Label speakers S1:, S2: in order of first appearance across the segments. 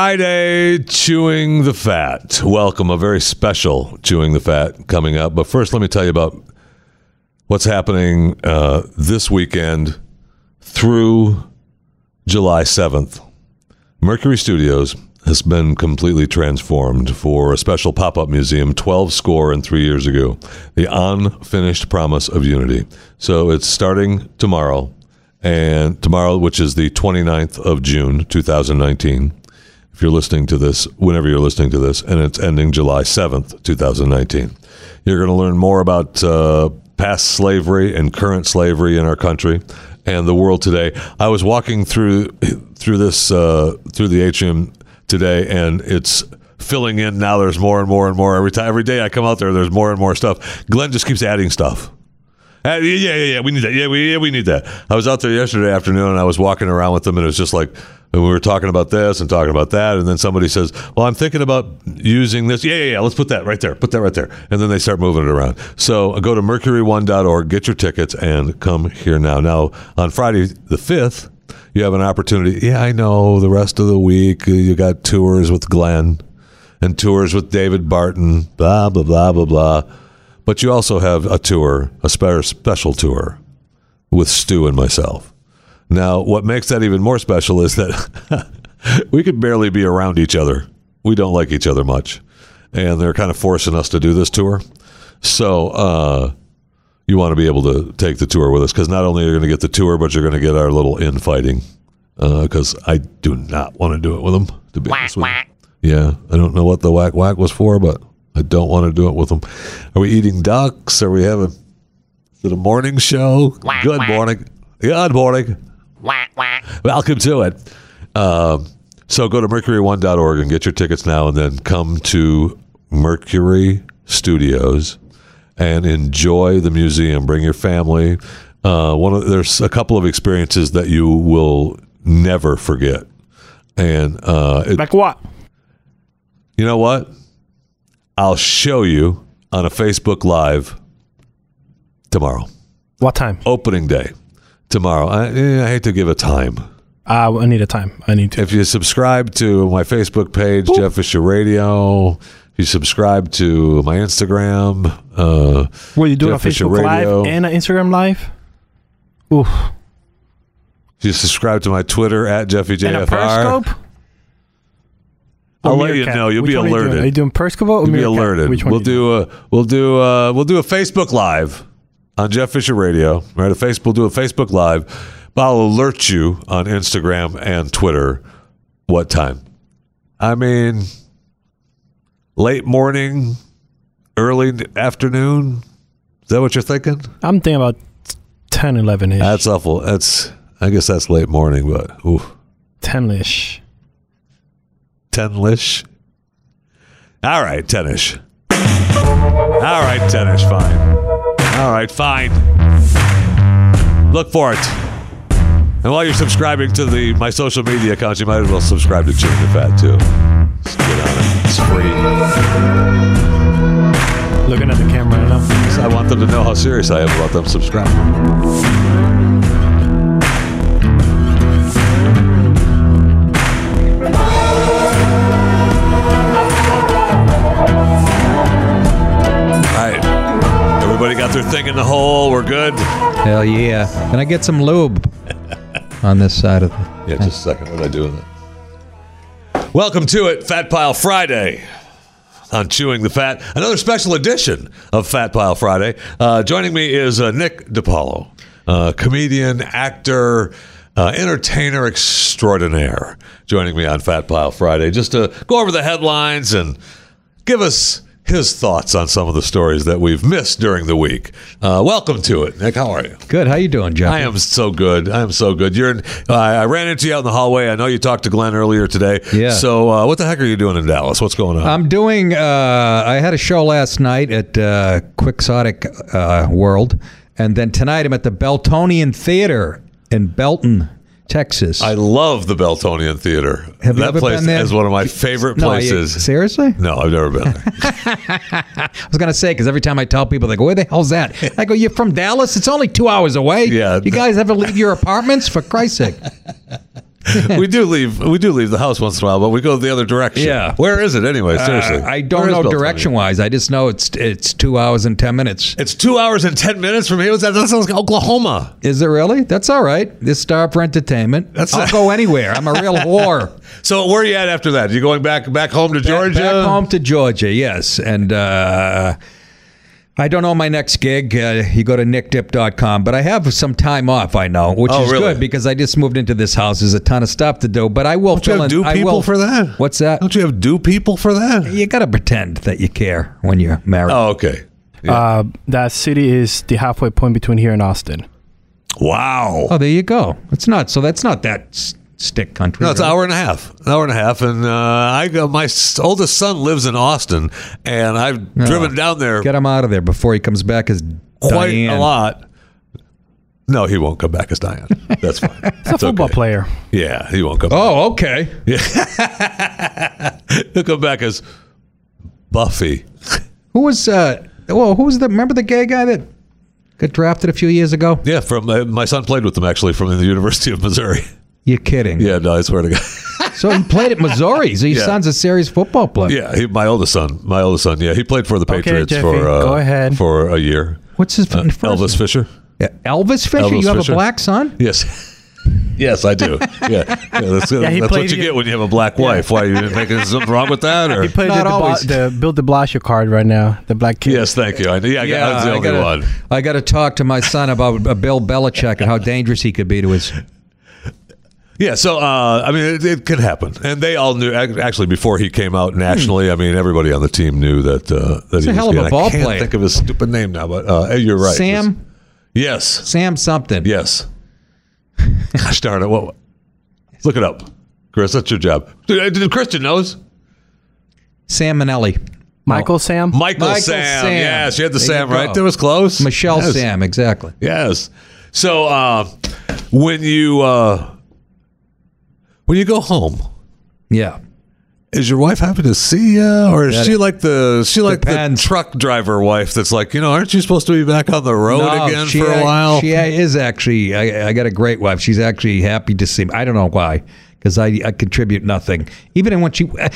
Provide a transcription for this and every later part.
S1: Friday, Chewing the Fat. Welcome, a very special Chewing the Fat coming up. But first, let me tell you about what's happening uh, this weekend through July 7th. Mercury Studios has been completely transformed for a special pop up museum 12 score and three years ago, the unfinished promise of unity. So it's starting tomorrow, and tomorrow, which is the 29th of June 2019. If you're listening to this, whenever you're listening to this, and it's ending July 7th, 2019, you're going to learn more about uh, past slavery and current slavery in our country and the world today. I was walking through through this uh, through the atrium today, and it's filling in now. There's more and more and more every time. Every day I come out there, there's more and more stuff. Glenn just keeps adding stuff. Uh, yeah, yeah, yeah. We need that. Yeah, we yeah, we need that. I was out there yesterday afternoon, and I was walking around with them, and it was just like and we were talking about this and talking about that, and then somebody says, "Well, I'm thinking about using this." Yeah, yeah, yeah. Let's put that right there. Put that right there, and then they start moving it around. So uh, go to mercury1.org, get your tickets, and come here now. Now on Friday the fifth, you have an opportunity. Yeah, I know. The rest of the week, uh, you got tours with Glenn and tours with David Barton. Blah blah blah blah blah. But you also have a tour, a spe- special tour with Stu and myself. Now, what makes that even more special is that we could barely be around each other. We don't like each other much. And they're kind of forcing us to do this tour. So, uh, you want to be able to take the tour with us because not only are you going to get the tour, but you're going to get our little infighting because I do not want to do it with them, to be honest with you. Yeah, I don't know what the whack whack was for, but I don't want to do it with them. Are we eating ducks? Are we having is it a morning show? Good morning. Good morning. Welcome to it. Um, so go to mercury1.org and get your tickets now, and then come to Mercury Studios and enjoy the museum. Bring your family. Uh, one of, there's a couple of experiences that you will never forget, and uh, it,
S2: Like what?
S1: you know what? I'll show you on a Facebook Live tomorrow,
S2: What time?
S1: opening day tomorrow. I, eh, I hate to give a time.
S2: Uh, I need a time. I need to.
S1: If you subscribe to my Facebook page, Jeff Fisher Radio, if you subscribe to my Instagram, uh,
S2: Will you do
S1: Jeff
S2: a
S1: Fisher
S2: Facebook
S1: Radio.
S2: Live and an Instagram Live? Oof.
S1: if you subscribe to my Twitter at
S2: And a
S1: JeffyJFR,
S2: Periscope?
S1: I'll
S2: Or
S1: let you
S2: Meerkat?
S1: know. You'll
S2: Which
S1: be
S2: one are you doing? Are you
S1: alerted.
S2: doing Periscope or
S1: You'll be
S2: Meerkat?
S1: alerted.
S2: Which one
S1: We'll
S2: are you doing?
S1: do a we'll do a we'll do a Facebook Live on Jeff Fisher Radio. All Right, a face we'll do a Facebook Live, but I'll alert you on Instagram and Twitter what time. I mean, late morning, early afternoon. Is that what you're thinking?
S2: I'm thinking about 10, 11 ish.
S1: That's awful. That's I guess that's late morning, but ooh,
S2: 10 ish.
S1: ten-ish. All right, ten-ish. All right, ten-ish. Fine. All right, fine. Look for it. And while you're subscribing to the my social media accounts, you might as well subscribe to Chewing the Fat too. Just get on it. It's free.
S2: Looking at the camera right now.
S1: I want them to know how serious I am about them subscribing. All right. Everybody got their thing in the hole. We're good.
S3: Hell yeah. Can I get some lube on this side of the.
S1: Yeah, just a second. What did I do with it? Welcome to it, Fat Pile Friday. On Chewing the Fat, another special edition of Fat Pile Friday. Uh, joining me is uh, Nick DiPaolo, uh, comedian, actor, uh, entertainer extraordinaire, joining me on Fat Pile Friday just to go over the headlines and give us his thoughts on some of the stories that we've missed during the week. Uh, welcome to it, Nick. How are you?
S3: Good. How you doing, Jeff?
S1: I am so good. I am so good. You're. In, uh, I ran into you out in the hallway. I know you talked to Glenn earlier today.
S3: Yeah. Um,
S1: So uh, what the heck are you doing in Dallas? What's going on?
S3: I'm doing. Uh, I had a show last night at uh, Quixotic uh, World, and then tonight I'm at the Beltonian Theater in Belton, Texas.
S1: I love the Beltonian Theater.
S3: Have you
S1: that
S3: ever
S1: place
S3: been there?
S1: is one of my favorite
S3: No, I-
S1: places.
S3: seriously?
S1: no, I've never been there.
S3: I was gonna say because every time I tell people, they go, "Where the hell's that?" I go, "You're from Dallas. It's only two hours away.
S1: Yeah.
S3: You guys ever leave your apartments? For Christ's sake!
S1: we do leave. We do leave the house once in a while, but we go the other direction.
S3: Yeah.
S1: Where is it anyway? Seriously,
S3: Uh, I
S1: Where
S3: don't
S1: is
S3: know
S1: Beltane?
S3: direction wise. I just know it's it's two hours and ten minutes.
S1: It's two hours and ten minutes from here. That that sounds like Oklahoma.
S3: Is it really? That's all right. This star for entertainment.
S1: That's-
S3: I'll go anywhere. I'm a real whore.
S1: So where are you at after that? You going back back home to Georgia?
S3: Back home to Georgia, yes. And uh, I don't know my next gig. Uh, you go to nickdip.com, but I have some time off, I know, which
S1: Oh,
S3: is
S1: really?
S3: good because I just moved into this house. There's a ton of stuff to do, but I will
S1: Don't you
S3: fill
S1: have do
S3: in. I
S1: people
S3: will-
S1: for that?
S3: What's that?
S1: Don't you have do people for that?
S3: You got to pretend that you care when you're married.
S1: Oh, okay. Yeah.
S2: Uh, that city is the halfway point between here and Austin.
S1: wow.
S3: Oh, there you go. It's not so. That's not that s- stick country.
S1: No, it's an
S3: right?
S1: hour and a half. An hour and a half, and uh, I go. My s- oldest son lives in Austin, and I've driven down there
S3: Get him out of there before he comes back as
S1: quite
S3: Diane.
S1: a lot. No, he won't come back as Diane. That's fine.
S2: It's a football
S1: okay.
S2: player.
S1: Yeah, he won't come. back.
S3: Oh, okay.
S1: He'll come back as Buffy.
S3: Who was uh? Well, who was the? Remember the gay guy that got drafted a few years ago?
S1: Yeah, from uh, my son played with them actually from the University of Missouri.
S3: You're kidding.
S1: Yeah, no, I swear to God.
S3: So he played at Missouri. So your
S1: Yeah.
S3: son's a serious football player.
S1: Yeah, he, my oldest son, my oldest son. Yeah, he played for the
S2: Okay,
S1: Patriots
S2: Jeffy,
S1: for uh,
S2: go ahead.
S1: for a year. Uh,
S3: What's his first
S1: Elvis
S3: name?
S1: Fisher.
S3: Yeah, Elvis Fisher.
S1: Elvis
S3: you have
S1: Fisher.
S3: a black son.
S1: Yes. Yes, I do. Yeah, yeah that's,
S2: he
S1: that's what
S2: played
S1: you
S2: it-
S1: get when you have a black wife. Why you making something wrong with that? Or
S2: He played
S3: Not
S2: the, Bla-
S3: always.
S2: the Bill De Blasio card right now. The black kid.
S1: yes, thank you. I, yeah, I got, that's the
S3: I
S1: only
S3: gotta-
S1: one.
S3: I got to talk to my son about uh, Bill Belichick and how dangerous he could be to his.
S1: Yeah, so uh, I mean, it, it could happen, and they all knew. ac- Actually, before he came out nationally, I mean, everybody on the team knew that. Uh, that he
S3: Hmm. a
S1: was
S3: hell of
S1: gay.
S3: a
S1: I
S3: ball
S1: can't
S3: player.
S1: Think of his stupid name now, but uh, you're right.
S3: Sam,
S1: Yes.
S3: Sam something.
S1: Yes. Gosh darn it! What? Look it up, Chris. That's your job. Dude, uh, Christian knows.
S3: Sam Minnelli.
S2: Michael Sam.
S1: Michael,
S3: Michael
S1: Sam.
S3: Sam.
S1: Yes, you had the
S3: There
S1: Sam
S3: you go.
S1: right. That was close.
S3: Michelle
S1: yes.
S3: Sam, exactly.
S1: Yes. So uh, when you uh, when you go home,
S3: Yeah.
S1: is your wife happy to see you, or is
S3: That-
S1: she like the she like
S3: Depends.
S1: the truck driver wife that's like, you know, aren't you supposed to be back on the road
S3: No,
S1: again
S3: she
S1: for a
S3: a-
S1: while?
S3: She is actually. I, I got a great wife. She's actually happy to see me. I don't know why, because I, I contribute nothing. Even when she, uh,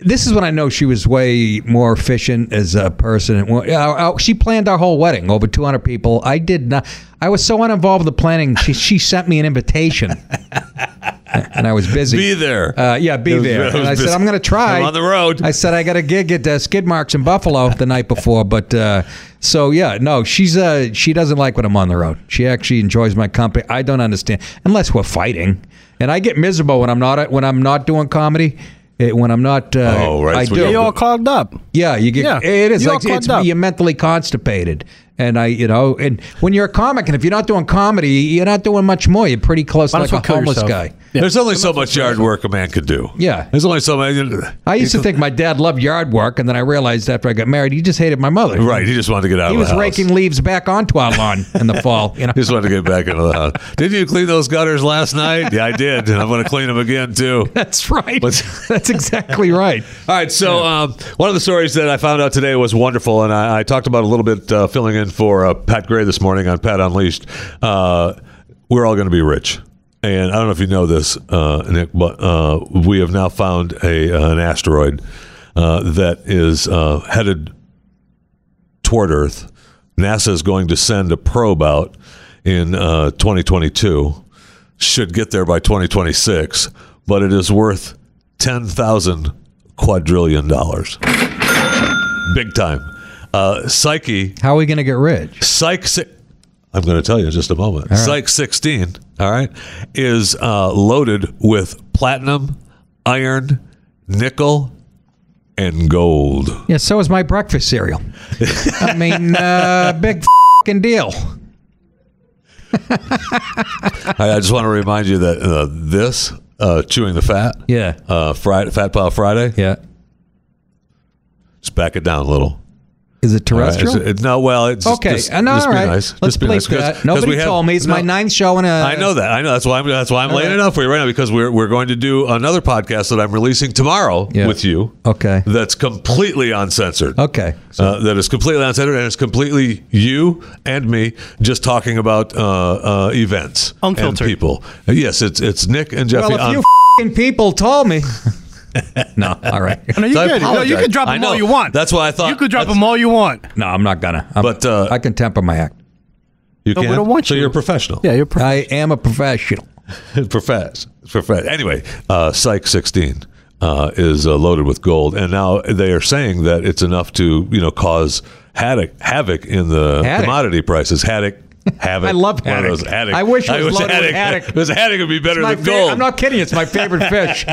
S3: this is when I know she was way more efficient as a person. Well, yeah, I- I- She planned our whole wedding, over 200 people. I did not. I was so uninvolved with the planning. She, she sent me an invitation, and I was busy.
S1: be there.
S3: Uh, yeah, be
S1: It was-
S3: there.
S1: it was
S3: and I said,
S1: busy.
S3: I'm going to try.
S1: I'm on the road.
S3: I said, I got a gig at uh, Skid Marks in Buffalo the night before. But uh, so, yeah, no, she's uh, she doesn't like when I'm on the road. She actually enjoys my company. I don't understand unless we're fighting. And I get miserable when I'm not when I'm not doing comedy. eh, when I'm not, uh,
S1: Oh, right,
S3: I
S1: that's what
S3: do.
S1: you-
S2: You're all clogged up.
S3: Yeah, you get
S2: Yeah,
S3: it is
S2: you're
S3: like
S2: all
S3: it's,
S2: clogged up.
S3: you're mentally constipated, and I, you know, and when you're a comic, and if you're not doing comedy, you're not doing much more. You're pretty close, to
S2: Might as
S3: like a
S2: well kill
S3: homeless
S2: yourself.
S3: guy.
S2: Yeah.
S1: There's only so much yard work a man could do.
S3: Yeah.
S1: There's only so much.
S3: I used to think my dad loved yard work, and then I realized after I got married, he just hated my mother.
S1: Right. He just wanted to get out
S3: He
S1: of the
S3: was
S1: house.
S3: raking leaves back onto our lawn in the fall. You know,
S1: He just wanted to get back into the house. Didn't you clean those gutters last night? Yeah, I did. And I'm going to clean them again, too.
S3: that's right.
S1: What's-
S3: That's exactly right.
S1: All right, so um, one of the stories that I found out today was wonderful, and I, I talked about a little bit uh, filling in for uh, Pat Gray this morning on Pat Unleashed. Uh, we're all going to be rich, and I don't know if you know this, uh, Nick, but uh, we have now found a uh, an asteroid uh, that is uh, headed toward Earth. NASA is going to send a probe out in uh, 2022. Should get there by 2026, but it is worth 10,000 quadrillion dollars. Big time. Uh, Psyche,
S3: How are we going to get rich?
S1: Psyche, si- I'm going to tell you in just a moment. Psyche 16, all right, is uh, loaded with platinum, iron, nickel, and gold.
S3: Yeah, so is my breakfast cereal. I mean, uh, big fing deal.
S1: I, I just want to remind you that uh, this uh, chewing the fat,
S3: Yeah.
S1: uh, Friday, Fat Pile Friday,
S3: Yeah.
S1: just back Uh, it down a little.
S3: Is it
S1: All right,
S3: terrestrial?
S1: it's, it's not well. It's just-
S3: Okay,
S1: just,
S3: and all
S1: just be
S3: right.
S1: nice.
S3: Let's
S1: just be
S3: bleep
S1: nice. 'Cause-
S3: that.
S1: 'cause
S3: Nobody
S1: we have-
S3: told me it's my
S1: no.
S3: ninth show in a.
S1: I know that. I know that's why I'm that's why I'm laying
S3: right.
S1: it out for you right now because we're we're going to do another podcast that I'm releasing tomorrow
S3: Yeah.
S1: with you.
S3: Okay.
S1: That's completely uncensored.
S3: Okay.
S1: Uh, that is completely uncensored and it's completely you and me just talking about uh, uh, events, and
S2: Unfiltered.
S1: people. Yes, it's it's Nick and Jeffy.
S3: Well, if
S1: on-
S3: you fing people told me. no, all right.
S2: No, you
S1: I
S2: can. No, you
S1: apologize.
S2: can drop
S1: I
S2: them all
S1: know.
S2: you want.
S1: That's why I thought-
S2: you could drop
S1: that's-
S2: them all you want.
S3: No, I'm not gonna. I'm-
S1: But, uh,
S3: I can temper my act.
S1: you
S2: No, we
S1: can't?
S2: don't want
S1: so
S2: you.
S1: you're a professional.
S2: Yeah, you're. Perfect.
S3: I am a professional.
S1: profess, profess. Anyway, uh, Psych 16 uh, is uh, loaded with gold, and now they are saying that it's enough to you know cause havoc, havoc in the
S3: Haddock.
S1: commodity prices. Haddock, havoc.
S3: I love
S1: one of
S3: haddock.
S1: those haddock.
S3: I wish it was loaded with
S1: haddock.
S3: haddock.
S1: This haddock would be better
S3: My
S1: than
S3: fa-
S1: gold.
S3: I'm not kidding. It's my favorite fish.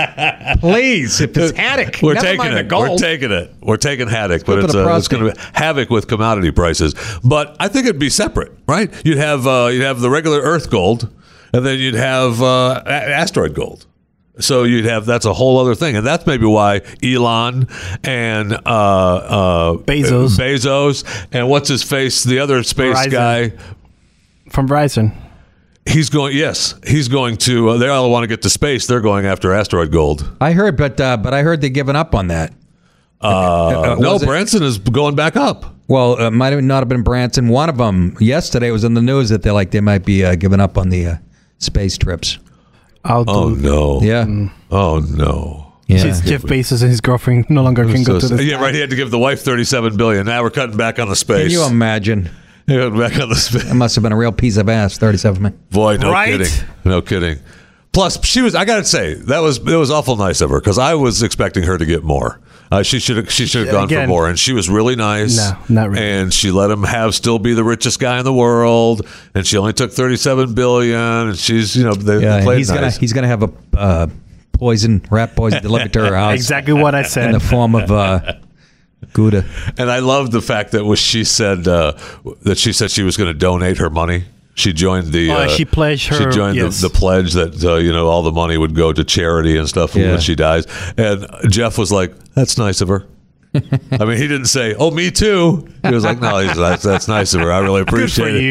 S3: Please, if it's haddock,
S1: We're
S3: never
S1: taking
S3: mind
S1: it.
S3: The gold.
S1: We're taking it. We're taking haddock, but
S3: go to
S1: it's,
S3: the
S1: uh, it's
S3: prostate.
S1: going to be havoc with commodity prices. But I think it'd be separate, right? You'd have uh, you'd have the regular Earth gold, and then you'd have uh, a- asteroid gold. So you'd have that's a whole other thing, and that's maybe why Elon and uh, uh,
S2: Bezos.
S1: Bezos, and what's his face, the other space
S2: Verizon.
S1: guy,
S2: From Verizon.
S1: he's going. Yes, he's going to. Uh, they all want to get to space. They're going after asteroid gold.
S3: I heard, but uh, but I heard they're giving up on that.
S1: Uh, no,
S3: was it-
S1: Branson is going back up.
S3: Well, it might have not have been Branson. One of them yesterday was in the news that they're like they might be uh, giving up on the uh, space trips.
S2: I'll
S1: Oh
S2: do.
S1: no.
S3: Yeah,
S1: Oh no.
S3: yeah.
S2: Since Jeff Bezos and his girlfriend no longer can go
S1: So-
S2: to the.
S1: yeah, right. He had to give the wife thirty-seven billion. Now we're cutting back on the
S3: Can
S1: space.
S3: you imagine?
S1: We're cutting back on the space.
S3: It must have been a real piece of ass. Thirty-seven man.
S1: Boy, no
S2: Right?
S1: kidding. No kidding. Plus, she was. I gotta say that was it was awful nice of her because I was expecting her to get more. Uh, she should have she should have gone for
S2: Again.
S1: more, and she was really nice.
S2: No, not really.
S1: And she let him have still be the richest guy in the world, and she only took thirty-seven billion. And she's you know they, they
S3: Yeah, and
S1: played
S3: uh, he's gonna
S1: nice.
S3: he's gonna have a uh, poison rat poison delivered to her house
S2: Exactly what I
S3: in
S2: said.
S3: the form of uh, Gouda.
S1: And I love the fact that was she said uh, that she said she was going to donate her money. She joined the.
S2: Oh,
S1: uh,
S2: she pledged
S1: She
S2: her-
S1: joined
S2: yes.
S1: the, the pledge that uh, you know all the money would go to charity and stuff
S3: Yeah.
S1: when she dies. And Jeff was like, "That's nice of her." I mean, he didn't say, "Oh, me too." He was like, "No, he's, that's, that's nice of her. I really
S2: Good for
S1: appreciate it."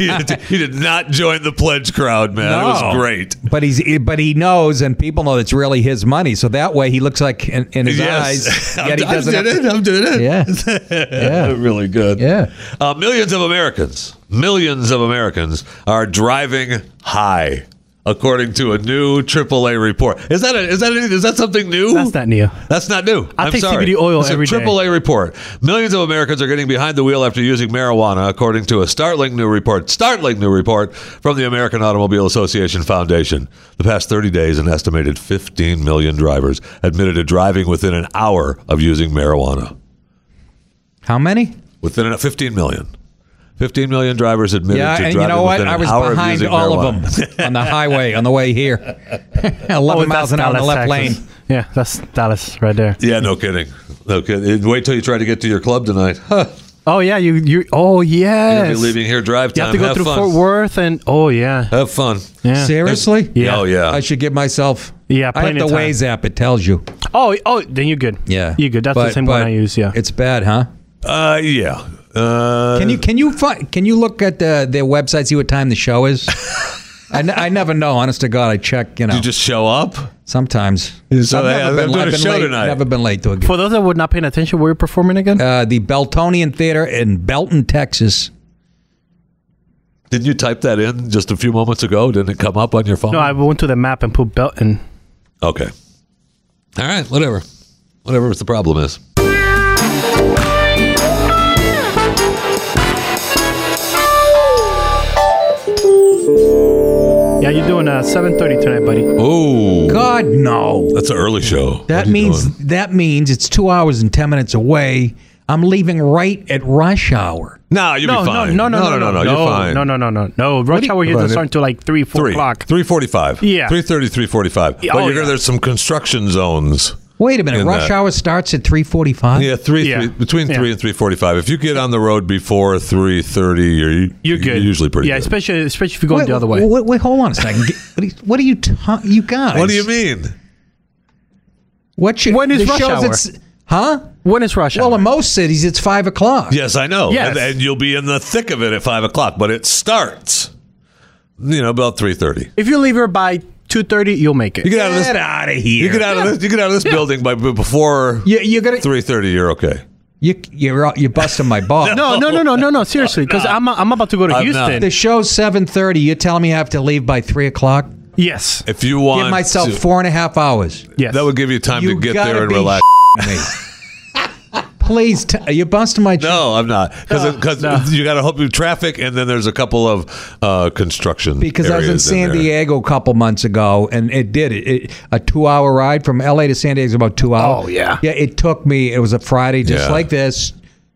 S2: you.
S1: he, did, he did not join the pledge crowd, man. It was
S3: No.
S1: great.
S3: But he's but he knows and people know it's really his money. So that way he looks like in, in his eyes.
S1: I'm,
S3: Yet he
S1: I'm
S3: doesn't.
S1: doing
S3: Have
S1: it. I'm doing it.
S3: Yeah, yeah,
S1: really good.
S3: Yeah.
S1: Uh, millions of Americans, millions of Americans are driving high, according to a new AAA report. Is that a, is that any, is that something new?
S2: That's not new.
S1: That's not new.
S2: I
S1: am
S2: take
S1: sorry.
S2: CBD oil
S1: it's
S2: every
S1: a
S2: day.
S1: AAA report. Millions of Americans are getting behind the wheel after using marijuana, according to a startling new report. Startling new report from the American Automobile Association Foundation. The past 30 days, an estimated 15 million drivers admitted to driving within an hour of using marijuana
S3: How many?
S1: within a 15 million. 15 million drivers admitted
S3: Yeah,
S1: to
S3: and
S1: driving
S3: you know what?
S1: within
S3: I
S1: an
S3: was
S1: hour
S3: behind
S1: of using
S3: all
S1: marijuana.
S3: of them on the highway on the way here. Eleven
S2: Oh, that's
S3: miles an hour in the
S2: Dallas,
S3: left
S2: Texas.
S3: lane.
S2: Yeah, that's Dallas right there.
S1: Yeah, no kidding. No kidding. Wait till you try to get to your club tonight. Huh.
S2: Oh yeah, you you. Oh
S1: You're
S2: yes.
S1: gonna be leaving here drive
S2: You
S1: time.
S2: have to go through
S1: fun.
S2: Fort Worth and oh yeah.
S1: Have fun.
S2: Yeah.
S3: Seriously?
S2: Yeah.
S1: Oh yeah.
S3: I should give myself.
S2: Yeah,
S3: I have
S2: plenty
S3: the
S2: of time.
S3: Waze app. It tells you.
S2: Oh oh, then you're good.
S3: Yeah,
S2: you're good. That's the
S3: But-
S2: same one
S3: but
S2: I use. Yeah.
S3: it's bad, huh?
S1: Uh, yeah. Uh,
S3: Can you can you find, can you look at the, their website see what time the show is? I, n- I never know. Honest to God, I check. You know,
S1: you just show up?
S3: sometimes.
S1: So,
S3: I've
S1: hey,
S3: never
S1: I'm
S3: been-
S1: doing
S3: I've
S1: a
S3: been
S1: show
S3: late-
S1: tonight.
S3: Never been late to a
S2: For those that were not paying attention, were you performing again?
S3: uh, the Beltonian Theater in Belton, Texas.
S1: Didn't you type that in just a few moments ago? Didn't it come up on your phone?
S2: no, I went to the map and put Belton.
S1: okay. All right. Whatever. Whatever the problem is.
S2: Yeah, you're doing uh, 7:30 tonight, buddy.
S1: Oh,
S3: God no.
S1: that's an early show. What
S3: That
S1: are you
S3: means
S1: doing?
S3: that means it's two hours and ten minutes away. I'm leaving right at rush hour.
S1: No, you'll
S2: No,
S1: be
S2: no,
S1: fine.
S2: no, no, no,
S1: no, no, You're fine.
S2: No, no, no, no, no. Rush hour here
S1: Right.
S2: doesn't start until like three, four
S1: Three,
S2: o'clock.
S1: three forty-five.
S2: Yeah.
S1: three thirty, three forty-five. But
S2: Yeah, oh,
S1: you're gonna,
S2: yeah.
S1: there's some construction zones.
S3: Wait a minute.
S1: In
S3: rush
S1: that.
S3: hour starts at three forty-five.
S1: Yeah, three,
S2: Yeah.
S1: three between
S2: Yeah.
S1: three and three forty-five. If you get on the road before three thirty, you're
S2: You're good.
S1: Usually pretty.
S2: Yeah,
S1: good.
S2: especially especially if you're going the other way.
S3: Wait, wait, wait, hold on a second. Get- what are you- what are you talking? You guys.
S1: What do you mean?
S3: What you,
S2: When is
S3: the
S2: rush
S3: show's
S2: hour?
S3: at s- huh?
S2: When is rush
S3: Well,
S2: hour?
S3: in most cities, it's five o'clock.
S1: Yes, I know.
S2: Yes.
S1: And, and you'll be in the thick of it at five o'clock, but it starts, you know, about three thirty.
S2: if you leave here by 2.30, you'll make it.
S1: You get out of
S3: Get
S1: this.
S3: out of here.
S1: You get out of this. You get out of this building by b- before
S3: You, you're gonna
S1: three thirty. You're okay.
S3: you, you're out- you're busting my ball.
S2: no, no, no, no, no, no. Seriously, because I'm, I'm about to go to
S1: I'm not.
S2: Houston.
S3: the show's seven thirty. You're telling me I have to leave by three o'clock?
S2: Yes.
S1: If you want,
S3: Give myself
S1: to-
S3: four and a half hours.
S2: Yes.
S1: That would give you time
S3: You
S1: to get
S3: gotta
S1: there and
S3: be
S1: relax.
S3: Me. Please, t- you're busting my.
S1: No, I'm not because because
S2: no.
S1: you got to hope you traffic, and then there's a couple of uh, construction
S3: because I was in
S1: areas
S3: San
S1: there.
S3: Diego a couple months ago, and it did it, it a two hour ride from L.A. to San Diego is about two hours.
S2: Oh, yeah.
S3: yeah. It took me. It was a Friday, just
S1: Yeah.
S3: like this.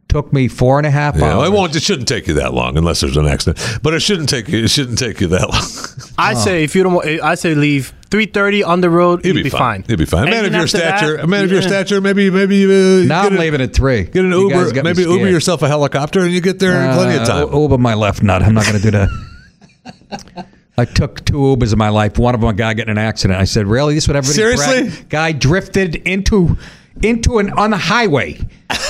S3: Took me four and a half
S1: Yeah,
S3: hours.
S1: it won't. It shouldn't take you that long unless there's an accident. But it shouldn't take you. It shouldn't take you that long.
S2: I say if you don't, wa- I say leave 3.30 on the road,
S1: You'd
S2: you'll be, fine.
S1: You'll Oh. be fine. A man
S2: And
S1: of
S2: then
S1: your
S2: after that,
S1: stature. a man of your
S2: yeah.
S1: stature. Maybe maybe you, uh,
S3: Now
S1: get
S3: I'm
S1: an-
S3: leaving at three.
S1: Get an
S3: You guys
S1: Uber.
S3: got me
S1: Maybe Uber
S3: scared.
S1: yourself a helicopter, and you get there in plenty of
S3: Uh,
S1: time.
S3: Uber my left nut. I'm not going to do that. I took two Ubers in my life. One of them, a guy getting in an accident. I said, "Really? This is what everybody
S1: Seriously?
S3: Guy drifted into into an on the highway.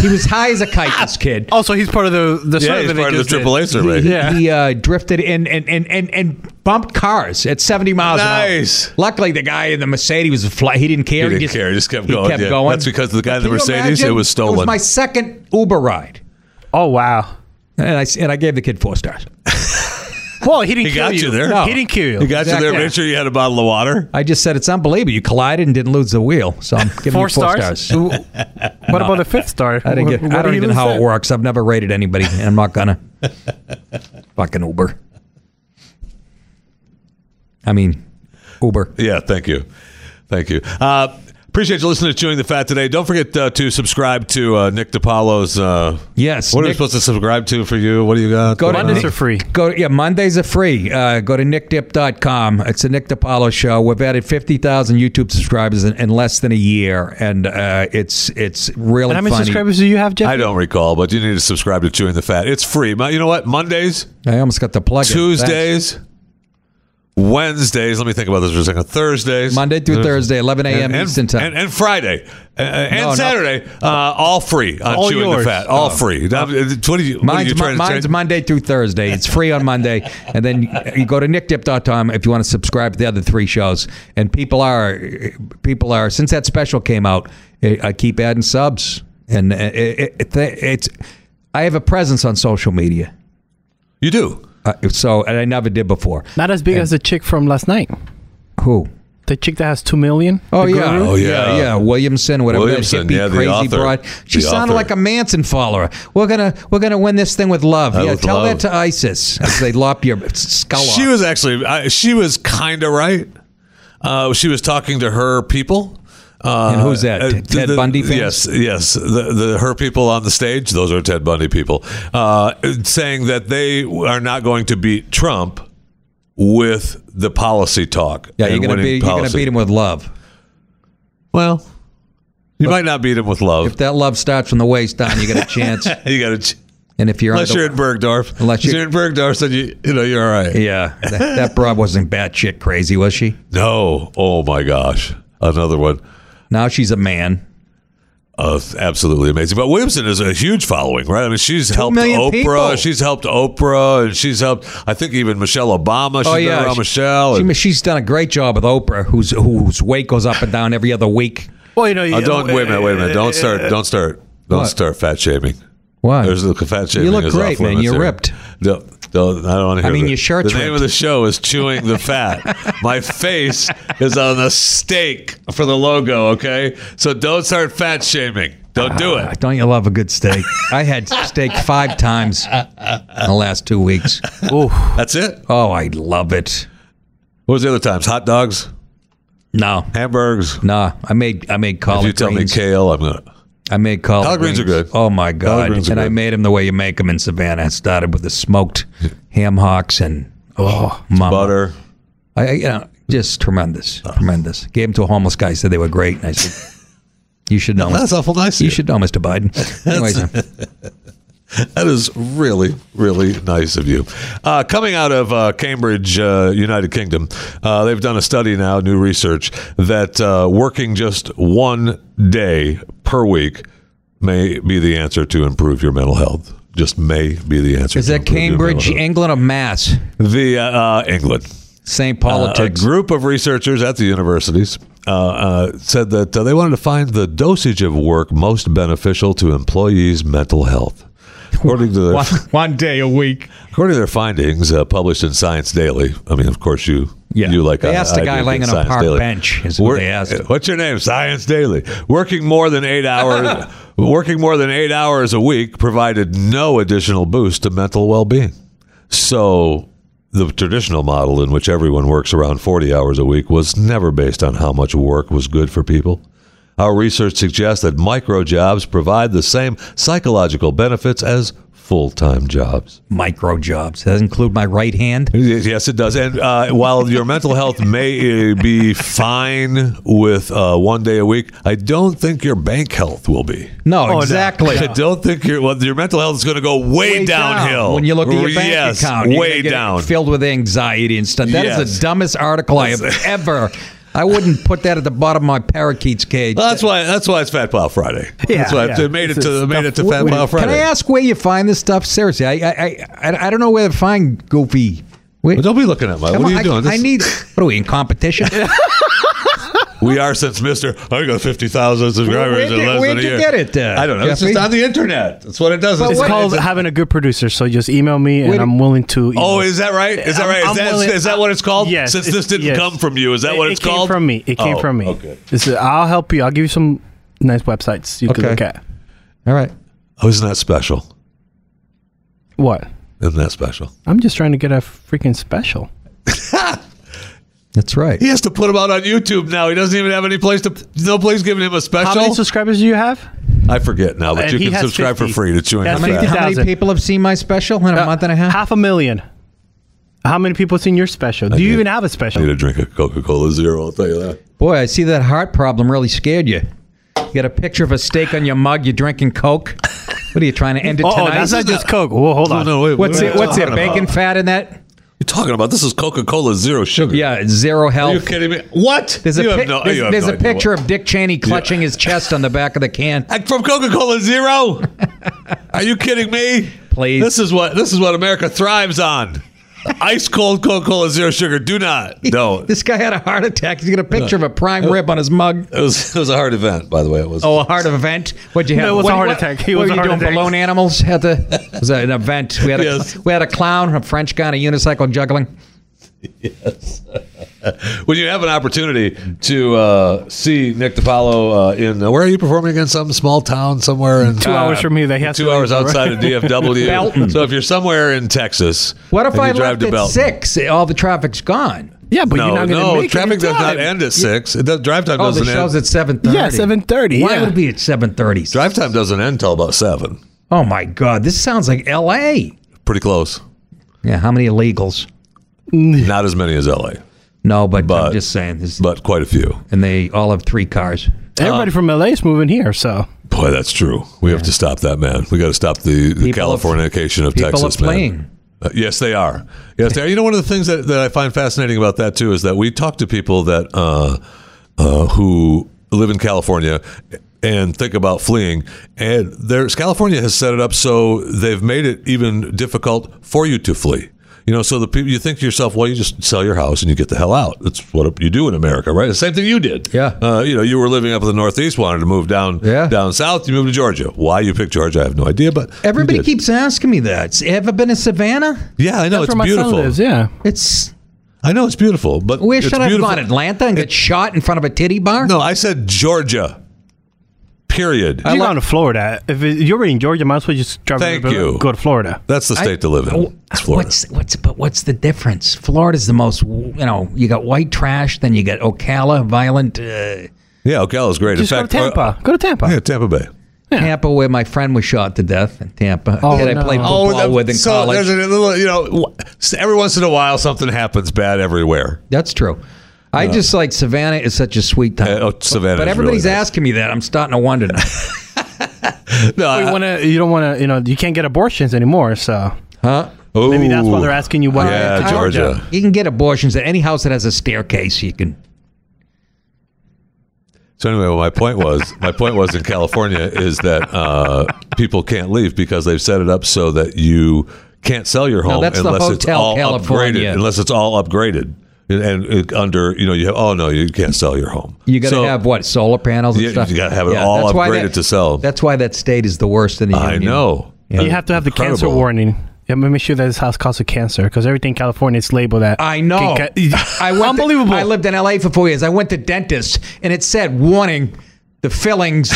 S3: He was high as a kite. This kid.
S2: Also, he's part of the, the
S1: yeah,
S2: survey
S1: he's
S2: they
S1: part of the
S2: just did.
S1: AAA survey.
S2: Yeah.
S3: He uh, drifted in and, and, and, and bumped cars at 70 miles
S1: Nice.
S3: an hour. Luckily, the guy in the Mercedes was fly. He didn't care.
S1: He didn't care. He just kept going.
S3: kept
S1: Yeah.
S3: going.
S1: That's because the guy in the
S3: Can you
S1: Mercedes, it
S3: imagine?
S1: was
S3: It
S1: stolen.
S3: was my second Uber ride.
S2: Oh, wow.
S3: And I, s- and I gave the kid four stars.
S2: Well, he didn't
S1: He
S2: kill
S1: got you there.
S2: No. He didn't kill you.
S1: You got you
S3: Exactly.
S1: there. Make sure you had a bottle of water.
S3: I just said it's unbelievable. You collided and didn't lose the wheel. So I'm giving
S2: four,
S3: you four stars.
S2: stars. what about the fifth star?
S3: I, didn't get,
S2: What
S3: I
S2: do
S3: don't
S2: you
S3: even know
S2: lose
S3: how
S2: that?
S3: it works. I've never rated anybody, and I'm not gonna. Fucking Uber. I mean, Uber.
S1: Yeah, thank you. Thank you. Uh, appreciate you listening to Chewing the Fat today. Don't forget uh, to subscribe to uh, Nick DiPaolo's. Uh,
S3: Yes,
S1: What are we
S3: Nick-
S1: supposed to subscribe to for you? What do you got?
S3: Go to
S2: Mondays
S3: Nick-
S2: are free.
S3: Go yeah, Mondays are free. Uh, go to nickdip.com. It's the Nick DiPaolo show. We've added 50,000 YouTube subscribers in, in less than a year and uh, it's it's really
S2: And how many
S3: funny.
S2: subscribers do you have, Jeff?
S1: I don't recall, but you need to subscribe to Chewing the Fat. It's free. Mo- You know what? Mondays,
S3: I almost got the plug. in. Thanks.
S1: Tuesdays, Wednesdays. Let me think about this for a second. Thursdays,
S3: Monday through Thursday, 11 a.m. Eastern time.
S1: and, and Friday uh, uh, and
S3: No, no.
S1: Saturday, uh, all free on
S2: All
S1: Chewing
S2: yours.
S1: the Fat, all free. Now, what are you, what are you
S3: Uh, Mine's,
S1: trying
S3: mine's
S1: to change?
S3: Monday through Thursday. It's free on Monday. And then you go to nickdip.com if you want to subscribe to the other three shows. And people are, people are, since that special came out, eh, I I keep adding subs. And eh, it, it, it, it's, I have a presence on social media.
S1: You do.
S3: Uh, so, and I never did before.
S2: Not as big as the chick from last night.
S3: Who?
S2: The chick that has two million.
S3: Oh
S2: The
S3: yeah.
S2: guru.
S1: Oh, yeah.
S3: yeah, Williamson, whatever. that
S1: Williamson,
S3: hippie,
S1: yeah, the
S3: crazy
S1: author.
S3: broad. She
S1: The
S3: sounded
S1: author.
S3: like a Manson follower. We're gonna, we're gonna win this thing with love.
S1: Uh,
S3: yeah,
S1: with
S3: tell
S1: love.
S3: that to ISIS as they lop your skull off.
S1: She was actually I, she was kind of right. Uh, she was talking to her people. Uh,
S3: And who's that?
S1: uh,
S3: Ted
S1: the- the-
S3: Bundy
S1: Yes,
S3: fans?
S1: yes. The, the her people on the stage, those are Ted Bundy people, uh, saying that they are not going to beat Trump with the policy talk.
S3: Yeah, you're
S1: and
S3: gonna
S1: winning
S3: beat you're gonna
S1: policy.
S3: beat him with love.
S1: Well, you might not beat him with love.
S3: If that love starts from the waist down, you got a chance.
S1: you got to.
S3: And if you're
S1: Unless
S3: under,
S1: you're in Bergdorf,
S3: Unless
S1: If
S3: you're-
S1: in Bergdorf, then you you know you're all right.
S3: yeah, that, that broad wasn't batshit crazy, was she?
S1: No, oh my gosh, another one.
S3: Now she's a man.
S1: Uh, absolutely amazing. But Williamson is a huge following, right? I mean, she's helped
S3: million
S1: Oprah.
S3: people.
S1: She's helped Oprah, and she's helped. I think even Michelle Obama. She's
S3: Oh
S1: been
S3: yeah,
S1: around
S3: she-
S1: Michelle.
S3: she-
S1: and-
S3: she's done a great job with Oprah, whose whose weight goes up and down every other week.
S2: Well, you know.
S1: Oh, don't
S2: uh,
S1: wait a minute. Wait a minute. Don't start. Don't start. Don't
S3: What?
S1: start fat shaming.
S3: Why?
S1: There's the fat shaming.
S3: look
S1: is
S3: great,
S1: off
S3: man.
S1: limits
S3: You're
S1: here.
S3: ripped.
S1: Don't, don't, I don't want to hear.
S3: mean,
S1: that.
S3: your shirt's
S1: The name of
S3: ripped.
S1: the show is "Chewing the Fat." My face is on the stake for the logo. Okay, so don't start fat shaming. Don't do
S3: Ah,
S1: it.
S3: Don't you love a good steak? I had steak five times in the last two weeks.
S1: That's it.
S3: Oh, I love it.
S1: What was the other times? Hot dogs,
S3: No,
S1: hamburgers.
S3: nah. I made I made
S1: If
S3: collard
S1: you tell
S3: greens.
S1: me kale, I'm gonna.
S3: I made collard,
S1: Collard greens are good.
S3: Oh my god!
S1: greens are
S3: And I
S1: good.
S3: made them the way you make them in Savannah. I started with the smoked ham hocks and oh, mama.
S1: butter. Oh.
S3: I I- you know just tremendous, tremendous. Gave them to a homeless guy. Said they were great. And I said, "You should know." Mr.
S1: awful nice.
S3: You should know, Mr. Biden. Anyways, uh,
S1: That is really, really nice of you. Uh, coming out of uh, Cambridge, uh, United Kingdom, uh, they've done a study now, new research, that uh, working just one day per week may be the answer to improve your mental health. Just may be the answer.
S3: Is
S1: to
S3: that
S1: improve your mental
S3: Cambridge,
S1: health.
S3: England, or Mass?
S1: The uh, uh, England.
S3: St.
S1: Uh, a
S3: Politics.
S1: group of researchers at the universities uh, uh, said that uh, they wanted to find the dosage of work most beneficial to employees' mental health. According to their,
S3: one, one day a week.
S1: according to their findings uh, published in Science Daily, I mean, of course, you you like
S3: They
S1: I,
S3: asked a
S1: I
S3: guy
S1: do
S3: laying
S1: get
S3: on a
S1: Science
S3: park
S1: Daily.
S3: bench is what
S1: We're-
S3: they asked.
S1: What's your name? Science Daily. Working more than eight hours, working more than eight hours a week provided no additional boost to mental well-being. So the traditional model in which everyone works around 40 hours a week was never based on how much work was good for people. Our research suggests that micro jobs provide the same psychological benefits as full-time jobs.
S3: Micro jobs. Does that include my right hand?
S1: Yes, it does. And uh, while your mental health may uh, be fine with uh, one day a week, I don't think your bank health will be.
S3: No,
S2: no.
S3: exactly.
S1: I don't think your well, your mental health is going to go way,
S3: Way down.
S1: downhill
S3: When you look at your bank
S1: yes,
S3: account, you're
S1: way
S3: gonna get
S1: down.
S3: filled with anxiety and stuff. That is
S1: Yes.
S3: the dumbest article I have ever. I wouldn't put that at the bottom of my parakeet's cage.
S1: Well, that's why. That's why it's Fat Pile Friday.
S2: Yeah,
S1: that's why
S2: yeah.
S1: it made it
S2: It's
S1: to
S2: a
S1: made it to
S2: stuff-
S1: Fat
S2: wait,
S1: Pile Friday.
S3: Can I ask where you find this stuff? Seriously, I I I, I, I don't know where to find goofy. Wait,
S1: Well, don't be looking at my.
S3: come
S1: What are
S3: on,
S1: you
S3: I,
S1: doing?
S3: I
S1: This-
S3: need. What are we in competition?
S1: we are since Mister. I got fifty thousand subscribers
S3: Where'd
S1: in
S3: you-
S1: less than
S3: where'd
S1: a
S3: you
S1: year.
S3: get it, uh,
S1: I don't know. It's
S3: Jeffrey?
S1: just on the internet. That's what it does.
S3: But
S2: It's
S3: what-
S2: called having a good producer. So just email me, and
S3: Wait a-
S2: I'm willing to. You
S1: Oh,
S2: know,
S1: is that right? Is that
S2: I'm-
S1: right? Is
S2: I'm
S1: that,
S2: willing-
S1: is that what it's called?
S2: Yes,
S1: Since
S2: it's-
S1: this didn't
S2: yes.
S1: come from you, is that
S2: it,
S1: what it's
S2: it
S1: called?
S2: Came from me. It came
S1: Oh,
S2: from me.
S1: Okay.
S2: This is, I'll help you. I'll give you some nice websites you
S3: Okay.
S2: can look at.
S3: All right.
S1: Oh, isn't that special?
S2: What?
S1: Isn't that special?
S2: I'm just trying to get a freaking special.
S3: That's right.
S1: He has to put him out on YouTube now. He doesn't even have any place to. No place giving him a
S2: How
S1: special.
S2: many subscribers do you have?
S1: I forget now, but
S2: And
S1: you
S2: he
S1: can
S2: has
S1: subscribe
S2: 50.
S1: for free to Chewing
S2: That's
S1: the
S3: How many,
S1: Fat.
S2: right. Uh,
S3: how many
S2: 50,000.
S3: people have seen my special in a month and a half?
S2: Half a million. How many people seen your special? Do you
S1: did.
S2: even have
S1: I
S2: a
S1: need
S2: special?
S1: a drink of Coca Cola Zero. I'll tell you that.
S3: Boy, I see that heart problem really scared you. You got a picture of a steak on your mug. You're drinking Coke. What are you trying to end it
S2: Oh,
S3: tonight?
S2: that's not just Coke. Whoa, hold
S1: No,
S2: on.
S1: Oh, no, wait.
S3: what's
S1: what are
S3: it?
S1: you
S3: What's it?
S1: talking about?
S3: Bacon fat in that?
S1: You're talking about this is Coca Cola Zero Sugar.
S3: Yeah,
S1: Are
S3: zero
S1: you
S3: health.
S1: kidding me? What?
S3: There's a
S1: you have
S3: pic-
S1: no-
S3: there's,
S1: you have
S3: there's
S1: no
S3: a
S1: idea what-
S3: picture of Dick Cheney clutching his chest on the back of the can.
S1: I- Uh, from Coca Cola Zero. Are you kidding me?
S3: Please.
S1: This is what this is what America thrives on. Ice cold Coca Cola Zero Sugar. Do not. Don't. It
S3: This guy had a heart attack. He's got a picture of a prime rib on his mug.
S1: was it was a hard event, by the way. It was.
S3: Oh, a heart event. What'd you have?
S2: No, it was a
S3: What-
S2: heart
S3: what-
S2: attack. He
S3: what
S2: was
S3: were
S2: a
S3: you
S2: heart
S3: doing?
S2: attack.
S3: Balloon animals at the. It was an event. We had a
S1: Yes.
S3: we had a clown, a French guy, and a unicycle juggling.
S1: when you have an opportunity to uh, see Nick DiPaolo uh, in uh, where are you performing again? Some small town somewhere in
S2: Two hours from here. They have
S1: Uh, two
S2: to
S1: hours outside of
S3: Belton.
S1: DFW. so if you're somewhere in Texas,
S3: What if
S1: and you
S3: I
S1: drive
S3: left
S1: to
S3: at
S1: Belton-
S3: six? All the traffic's gone.
S2: Yeah, but
S1: No,
S2: you're not going to
S1: no,
S2: make
S1: traffic
S2: it in
S1: does not
S2: time.
S1: end at six. It does, drive time
S3: Oh, the
S1: doesn't
S3: show's
S1: end.
S3: at seven thirty.
S2: Yeah, 7:30,
S3: Why
S2: yeah.
S3: would it be at seven thirty?
S1: Drive time doesn't end till about seven.
S3: Oh my God, this sounds like L.A.
S1: Pretty close.
S3: Yeah, how many illegals?
S1: Not as many as LA,
S3: No, but,
S1: But-
S3: I'm just saying this.
S1: but quite a few.
S3: and they all have three cars.
S1: Uh,
S2: Everybody from LA is moving here,
S1: Oh,
S2: so
S1: Boy, that's true. We have to stop that, man. We got to stop the, the
S3: People of-
S1: Californication of,
S3: people
S1: Texas,
S3: are playing.
S1: man. Uh, yes, they are. Yes, they are. You know, one of the things that, that I find fascinating about that too is that we talk to people that uh, uh, who live in California and think about fleeing, and there's California has set it up so they've made it even difficult for you to flee. You know, so the people you think to yourself, well, you just sell your house and you get the hell out. That's what you do in America, right? The same thing you did.
S3: Yeah.
S1: Uh, you know, you were living up in the Northeast, wanted to move down
S3: Yeah.
S1: down south. You moved to Georgia. Why you picked Georgia, I have no idea. But you
S3: Everybody
S1: did.
S3: keeps asking me that. S- Ever been to Savannah?
S1: Yeah, I know
S2: that's
S1: it's
S2: where my
S1: beautiful.
S2: son lives. Yeah,
S3: It's
S1: I know it's beautiful, but
S3: where
S1: it's
S3: should I have
S1: beautiful.
S3: gone? Atlanta and get shot in front of a titty bar?
S1: No, I said Georgia. Period.
S2: you're
S3: like-
S2: going to Florida. If it- you're in Georgia, might as well just drive.
S1: Thank
S2: over-
S1: you.
S2: Go to Florida.
S1: That's the state to live
S3: Oh,
S1: in. It's Florida.
S3: What's what's but what's the difference? Florida's the most you know. You got white trash, then you got Ocala, violent uh,
S1: yeah, Ocala's great.
S2: Just
S1: in
S2: go to
S1: fact,
S2: Tampa.
S1: uh,
S2: go to Tampa.
S1: yeah, Tampa Bay.
S3: Tampa, where my friend was shot to death in Tampa.
S2: Oh,
S3: that I
S2: no.
S3: played football with in
S1: so
S3: college.
S1: there's a little, you know, wh- every once in a while something happens bad everywhere.
S3: That's true. I just like Savannah is such a sweet time.
S1: Uh, oh, Savannah
S3: but
S1: is
S3: everybody's
S1: really nice.
S3: asking me that. I'm starting to wonder. now.
S1: No,
S2: You,
S1: I-
S2: wanna, you don't want to. You know, you can't get abortions anymore. So
S3: huh?
S2: maybe that's why
S1: Ooh.
S2: they're asking you why.
S1: Yeah,
S2: to
S1: Georgia.
S3: Uh, You can get abortions at any house that has a staircase. You can.
S1: So anyway, well, my point was, my point was in California is that uh, people can't leave because they've set it up so that you can't sell your home
S3: that's the
S1: unless it's
S3: Hotel
S1: all
S3: California.
S1: upgraded. Unless it's all upgraded, and, and it, under you know you have oh no you can't sell your home.
S3: You got to
S1: So
S3: have what solar panels and
S1: Yeah,
S3: stuff.
S1: you gotta have it all
S3: that's why
S1: upgraded to sell.
S3: That's why that state is the worst in the
S1: I
S3: union.
S1: know.
S2: you have to have the cancer
S1: Incredible.
S2: warning. You have to make sure that this house causes cancer because everything in California is labeled that.
S3: I know.
S2: Can- ca-
S3: I went to-
S2: Unbelievable.
S3: I lived in LA for four years. I went to dentist and it said warning: the fillings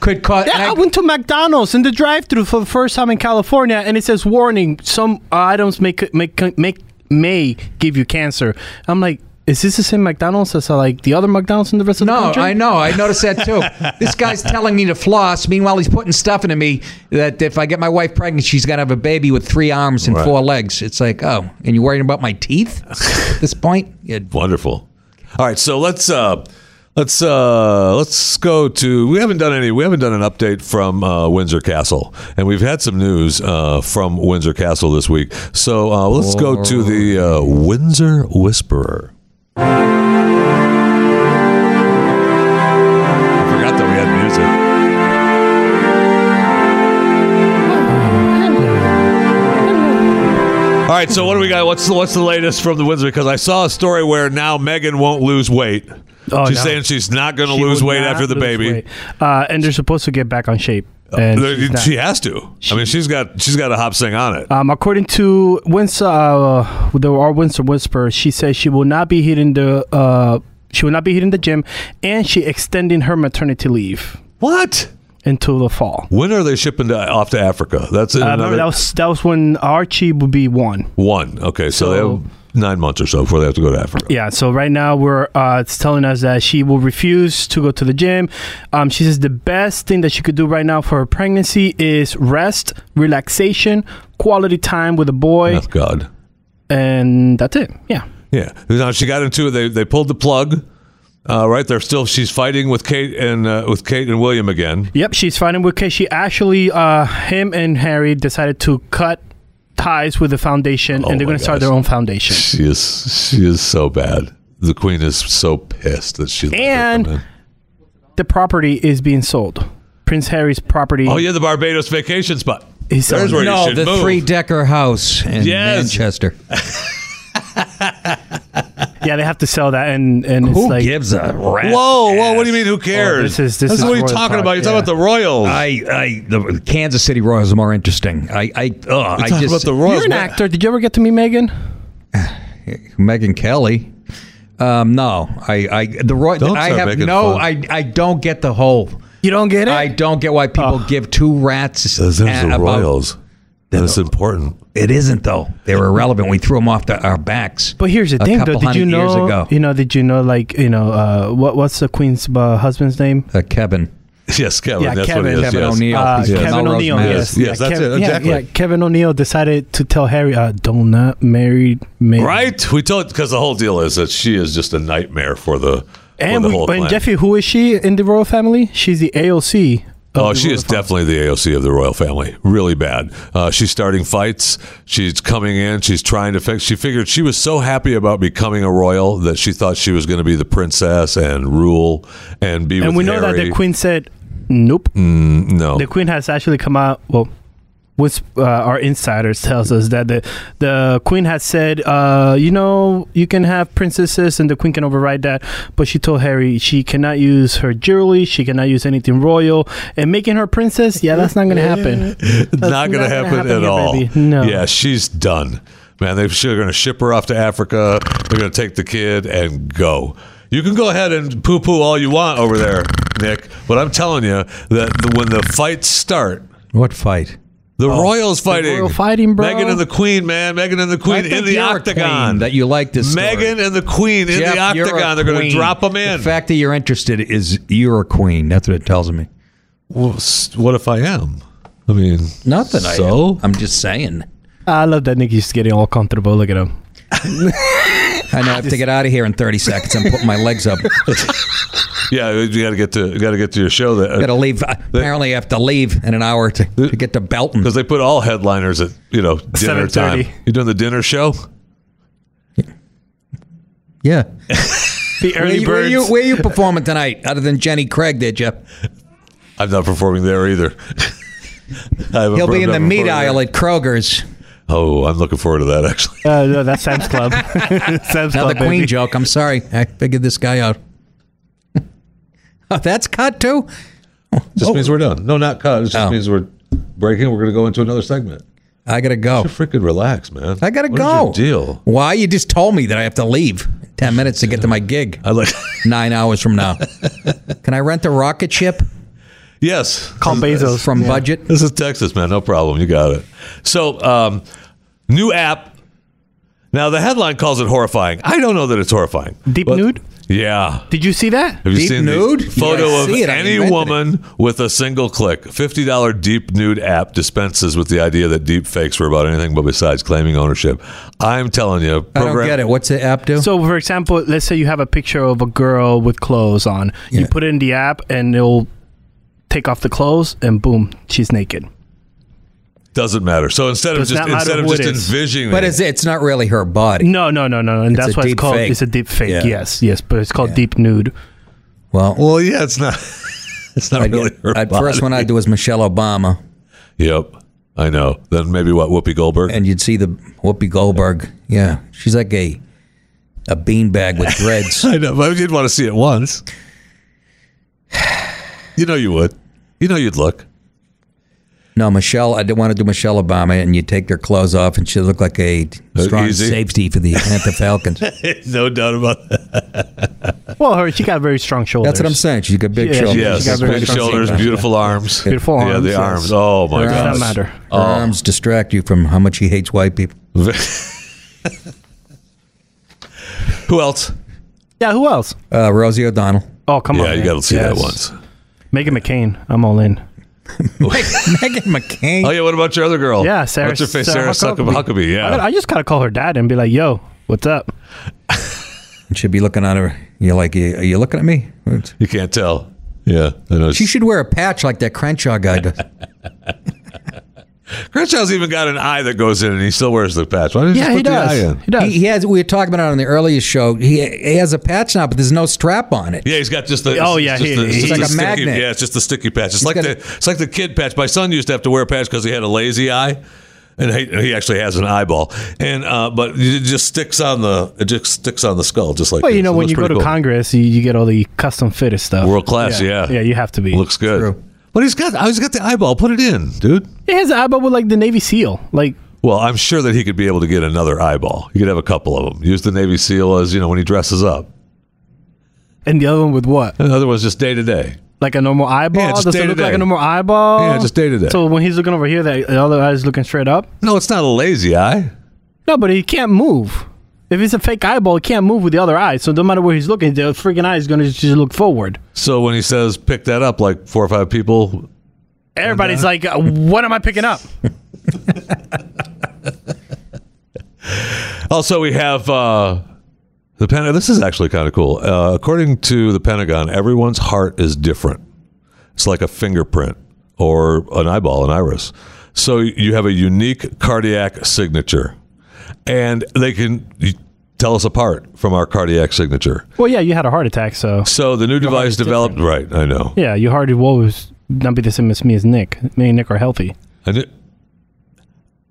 S3: could cause. and
S2: yeah, I went to McDonald's in the drive-through for the first time in California, and it says warning: some items may c- may c- make may give you cancer. I'm like, is this the same McDonald's as uh, like the other McDonald's in the rest of the
S3: No,
S2: country?
S3: I know. I noticed that too. this guy's telling me to floss. Meanwhile, he's putting stuff into me that if I get my wife pregnant, she's going to have a baby with three arms and
S1: Right.
S3: four legs. It's like, oh, and you're worrying about my teeth at this point? Yeah.
S1: Wonderful. All right, so let's uh, let's uh, let's go to. We haven't done any. We haven't done an update from uh, Windsor Castle, and we've had some news uh, from Windsor Castle this week. So uh, let's go to the uh, Windsor Whisperer. I forgot that we had music. All right, so what do we got? What's the, what's the latest from the Windsor? Because I saw a story where now Megan won't lose weight.
S2: Oh,
S1: she's
S2: no.
S1: saying she's not going to
S2: She
S1: lose
S2: will
S1: weight
S2: not
S1: after the
S2: lose
S1: baby.
S2: weight. Oh. Uh, and they're supposed to get back on shape. And
S1: There-
S2: she's not.
S1: she has to. I mean, she's got she's got a hop sing on it.
S2: Um, according to Windsor, uh, the, our Windsor Whisperer, she says she will not be hitting the uh, she will not be hitting the gym, and she extending her maternity leave
S1: what?
S2: until the fall.
S1: When are they shipping to, off to Africa? That's in
S2: Uh,
S1: another
S2: remember that was that was when Archie would be one.
S1: one. Okay, so,
S2: So-
S1: they have nine months or so before they have to go to Africa.
S2: Yeah. So right now we're uh, it's telling us that she will refuse to go to the gym. Um, she says the best thing that she could do right now for her pregnancy is rest, relaxation, quality time with a boy,
S1: Oh, God.
S2: and that's it. Yeah.
S1: Yeah. Now she got into it. They they pulled the plug. Uh, right. They're still. She's fighting with Kate and uh, with Kate and William again.
S2: Yep, she's fighting with Kay. She actually, uh, him and Harry decided to cut ties with the foundation,
S1: Oh
S2: and they're
S1: my
S2: going to start
S1: gosh.
S2: their own foundation.
S1: She is she is so bad. The queen is so pissed that she. let her
S2: And-
S1: come in.
S2: The property is being sold. Prince Harry's property.
S1: oh yeah, the Barbados vacation spot.
S2: He's so-
S1: There's where you
S3: No,
S1: should
S3: the
S1: move.
S3: three decker house in
S1: Yes.
S3: Manchester.
S2: yeah, they have to sell that, and and it's
S3: Who
S2: like
S3: gives a rat's
S1: Whoa, whoa!
S3: ass?
S1: What do you mean? Who cares?
S2: Oh, this is- this
S1: That's
S2: is
S1: what you're
S2: royal
S1: talking
S2: talk,
S1: about. You're talking
S2: yeah.
S1: about the Royals.
S3: I, I, the Kansas City Royals are more interesting. I, I, ugh, I
S1: talking
S3: just
S1: about the Royals.
S2: you're an actor. Did you ever get to meet Megan?
S3: Megan Kelly. Um, no, I, I, the Roy,
S1: Don't
S3: I
S1: start
S3: have
S1: making
S3: no,
S1: fun.
S3: I, I don't get the whole.
S2: You don't get it.
S3: I don't get why people give two rats.
S1: Those
S3: a-
S1: are the
S3: about-
S1: Royals. That's important.
S3: It isn't though. They were irrelevant. We threw them off the, our backs.
S2: but here's the
S3: a
S2: thing,
S3: couple
S2: though. Did you
S3: hundred years
S2: know?
S3: ago.
S2: You know? Did you know? Like, you know, uh, what what's the queen's uh, husband's name?
S3: uh, Kevin,
S1: Yes, Kevin.
S2: Yeah,
S1: that's
S2: Kevin.
S1: what it is.
S3: Kevin
S1: yes.
S3: O'Neill.
S2: Uh,
S3: He's from
S2: Kevin
S3: Melrose,
S2: O'Neill.
S3: Mass.
S2: Yes,
S1: Yes, yes, that's
S2: Kev-
S1: it, exactly.
S2: Yeah, yeah, Kevin O'Neill decided to tell Harry, uh, "Don't not marry Megan."
S1: Right? We told because the whole deal is that she is just a nightmare for the
S2: And,
S1: for
S2: we,
S1: the whole
S2: and
S1: clan.
S2: Jeffy, who is she in the royal family? She's the AOC. of
S1: Oh,
S2: the
S1: she
S2: royal
S1: is
S2: family.
S1: definitely the AOC of the royal family. Really bad. Uh, she's starting fights. She's coming in. She's trying to fix. She figured she was so happy about becoming a royal that she thought she was going to be the princess and rule and be. with
S2: And we know that
S1: Harry.
S2: the queen said, "Nope."
S1: No,
S2: The queen has actually come out. Well, which uh, our insiders tells us that the the queen has said, uh, "You know, you can have princesses, and the queen can override that." But she told Harry she cannot use her jewelry. She cannot use anything royal. And making her princess, yeah, that's not going to happen.
S1: not going to
S2: not gonna
S1: happen,
S2: happen
S1: at
S2: here,
S1: all.
S2: baby. No.
S1: Yeah, she's done. Man, they- they're going to ship her off to Africa. They're going to take the kid and go. You can go ahead and poo poo all you want over there, Nick, but I'm telling you that the, when the fights start,
S3: What fight?
S1: the
S3: Oh.
S1: Royals fighting.
S2: royal fighting, bro.
S1: Megan and the Queen, man. Megan and the Queen in
S3: think
S1: the
S3: you're a
S1: octagon.
S3: queen that you like this story.
S1: Megan and the Queen in the
S3: Jeff, you're a
S1: octagon. They're going to
S3: queen.
S1: drop them in.
S3: The fact that you're interested is you're a queen. That's what it tells me.
S1: Well, s- what if I am? I mean,
S3: Nothing.
S1: So?
S3: I am. I'm just saying.
S2: I love that Nikki's getting all comfortable. Look at him.
S3: I know I have to get out of here in 30 seconds. I'm putting my legs up.
S1: yeah, you got to get to got to get to your show. That uh,
S3: Got to leave. Apparently, I have to leave in an hour to, to get to Belton.
S1: because they put all headliners at you know dinner
S2: 7:30.
S1: time. You doing the dinner show?
S3: Yeah.
S2: The
S3: Where
S2: early
S3: you, where
S2: birds.
S3: you where you performing tonight? Other than Jenny Craig, did you?
S1: I'm not performing there either. I haven't
S3: He'll be
S1: performed-
S3: in the
S1: I'm
S3: meat
S1: performing
S3: aisle
S1: there.
S3: at Kroger's.
S1: Oh, I'm looking forward to that actually.
S2: Uh, no, that's Sam's Club. Sam's
S3: Another
S2: Club.
S3: Queen
S2: baby.
S3: joke. I'm sorry. I figured this guy out. oh, that's cut too.
S1: Just means we're done. No, not cut. It just
S3: Oh.
S1: means we're breaking. We're going to go into another segment.
S3: I gotta go.
S1: Freaking relax, man.
S3: I gotta
S1: What is
S3: go.
S1: your deal.
S3: Why you just told me that I have to leave in ten minutes to get to my gig
S1: I like.
S3: nine hours from now? Can I rent a rocket ship
S1: yes.
S2: Call Bezos.
S3: from budget?
S1: This is Texas, man. No problem. You got it. So, um, new app. Now the headline calls it horrifying. I don't know that it's horrifying.
S2: Deep
S1: But-
S2: nude?
S1: Yeah.
S2: Did you see that?
S1: Have you
S3: Deep
S1: seen the
S3: nude?
S1: photo
S3: Yeah, I
S1: of
S3: see it. I
S1: any
S3: invented
S1: woman with a single click? Fifty dollar deep nude app dispenses with the idea that deep fakes were about anything but besides claiming ownership. I'm telling you,
S3: I
S1: program-
S3: don't get it. What's the app do?
S2: So, for example, let's say you have a picture of a girl with clothes on. You
S3: Yeah.
S2: put it in the app, and it'll take off the clothes, and boom, she's naked.
S1: Doesn't matter. So instead of
S2: Does
S1: just
S2: not matter
S1: instead of
S2: who it
S1: just
S2: is.
S1: envisioning,
S3: but
S1: it-
S3: is it, it's not really her body.
S2: No, no, no, no, no. And
S3: It's
S2: that's
S3: a
S2: why
S3: deep
S2: it's called.
S3: fake.
S2: It's a deep fake.
S3: Yeah.
S2: Yes, yes, but it's called deep nude.
S3: Well,
S1: well, yeah, it's not. It's not
S3: I'd,
S1: really. her
S3: I'd first
S1: body.
S3: one I'd do is Michelle Obama,
S1: Yep, I know. Then maybe what Whoopi Goldberg.
S3: and you'd see the Whoopi Goldberg. Yeah, she's like a a beanbag with dreads.
S1: I know, but you'd want to see it once. You know you would. You know you'd look.
S3: No, Michelle, I did want to do Michelle Obama, and you take their clothes off, and she look like a
S1: Uh,
S3: strong
S1: easy.
S3: safety for the Atlanta Falcons.
S1: no doubt about that.
S2: Well, her she got very strong shoulders.
S3: That's what I'm saying. She's got big
S2: Yeah,
S3: shoulders.
S2: Yes,
S1: Yes, Oh
S2: she got very
S1: big
S2: strong
S1: shoulders,
S2: shoulders.
S1: beautiful arms.
S2: Beautiful
S1: Yeah, the arms.
S2: arms, yes.
S1: Oh my
S3: Her
S1: gosh.
S2: Doesn't matter.
S3: Her arms distract you from how much he hates white people.
S1: Who else?
S2: Yeah. Who else?
S3: Uh, Rosie O'Donnell.
S2: Oh, come on.
S1: yeah, you
S2: man.
S1: got to see that once.
S2: Yes. Megan McCain. I'm all in.
S3: Megan McCain.
S1: Oh yeah, what about your other girl?
S2: Yeah, Sarah.
S1: What's her face? Sarah, Huckabee. Huckabee.
S2: I, gotta-
S1: Yeah.
S2: I just gotta call her dad and be like, "Yo, what's up?"
S3: She'd be looking at her. You're like, "You- are you looking at me?
S1: You can't tell. Yeah, I know.
S3: She should wear a patch like that Crenshaw guy does.
S1: Crenshaw's even got an eye that goes in, and he still wears the patch. Why didn't you
S2: Yeah,
S1: just
S2: he
S1: put the
S2: does.
S1: eye in?
S2: He does.
S3: He, he has. We were talking about it on the earlier show. He, he has a patch now, but there's no strap on it.
S1: Yeah, he's got just the.
S2: Oh,
S1: it's
S2: yeah,
S1: just
S2: he-
S1: the,
S2: he's
S1: just
S3: like
S1: the
S3: a
S1: sticky,
S3: magnet.
S1: Yeah, it's just the sticky patch. It's like
S3: got
S1: the
S3: a-
S1: it's like the kid patch. My son used to have to wear a patch because he had a lazy eye, and he, he actually has an eyeball. And uh, but it just sticks on the it just sticks on the skull, just like.
S2: Well, you
S1: this.
S2: know,
S1: It
S2: when
S1: looks
S2: you go
S1: pretty
S2: to
S1: cool.
S2: Congress, you, you get all the custom fitted stuff.
S1: World class, yeah.
S2: Yeah, you have to be.
S1: looks good.
S3: True.
S1: But he's got oh, he's got the eyeball. Put it in, dude.
S2: It has an eyeball with like the Navy SEAL. Like,
S1: Well, I'm sure that he could be able to get another eyeball. He could have a couple of them. Use the Navy SEAL as you know when he dresses up.
S2: and the other one with what?
S1: Another one's just day to day.
S2: Like a normal eyeball?
S1: Yeah, just
S2: Does
S1: day
S2: it
S1: to
S2: look like
S1: day.
S2: a normal eyeball?
S1: Yeah, just day to day.
S2: So when he's looking over here, that the other eye's looking straight up?
S1: No, it's not a lazy eye.
S2: No, but he can't move. If it's a fake eyeball, he can't move with the other eye. So no matter where he's looking, the freaking eye is going to just look forward.
S1: So when he says pick that up, like four or five people
S2: Everybody's like, uh, what am I picking up?
S1: Also, we have uh, the Pentagon. This is actually kind of cool. Uh, according to the Pentagon, everyone's heart is different. It's like a fingerprint or an eyeball, an iris. So you have a unique cardiac signature, and they can you- tell us apart from our cardiac signature.
S2: Well, yeah, you had a heart attack, so.
S1: So the new device developed. Right, I know.
S2: Yeah, your heart will always not be the same as me as Nick. Me and Nick are healthy.
S1: A new,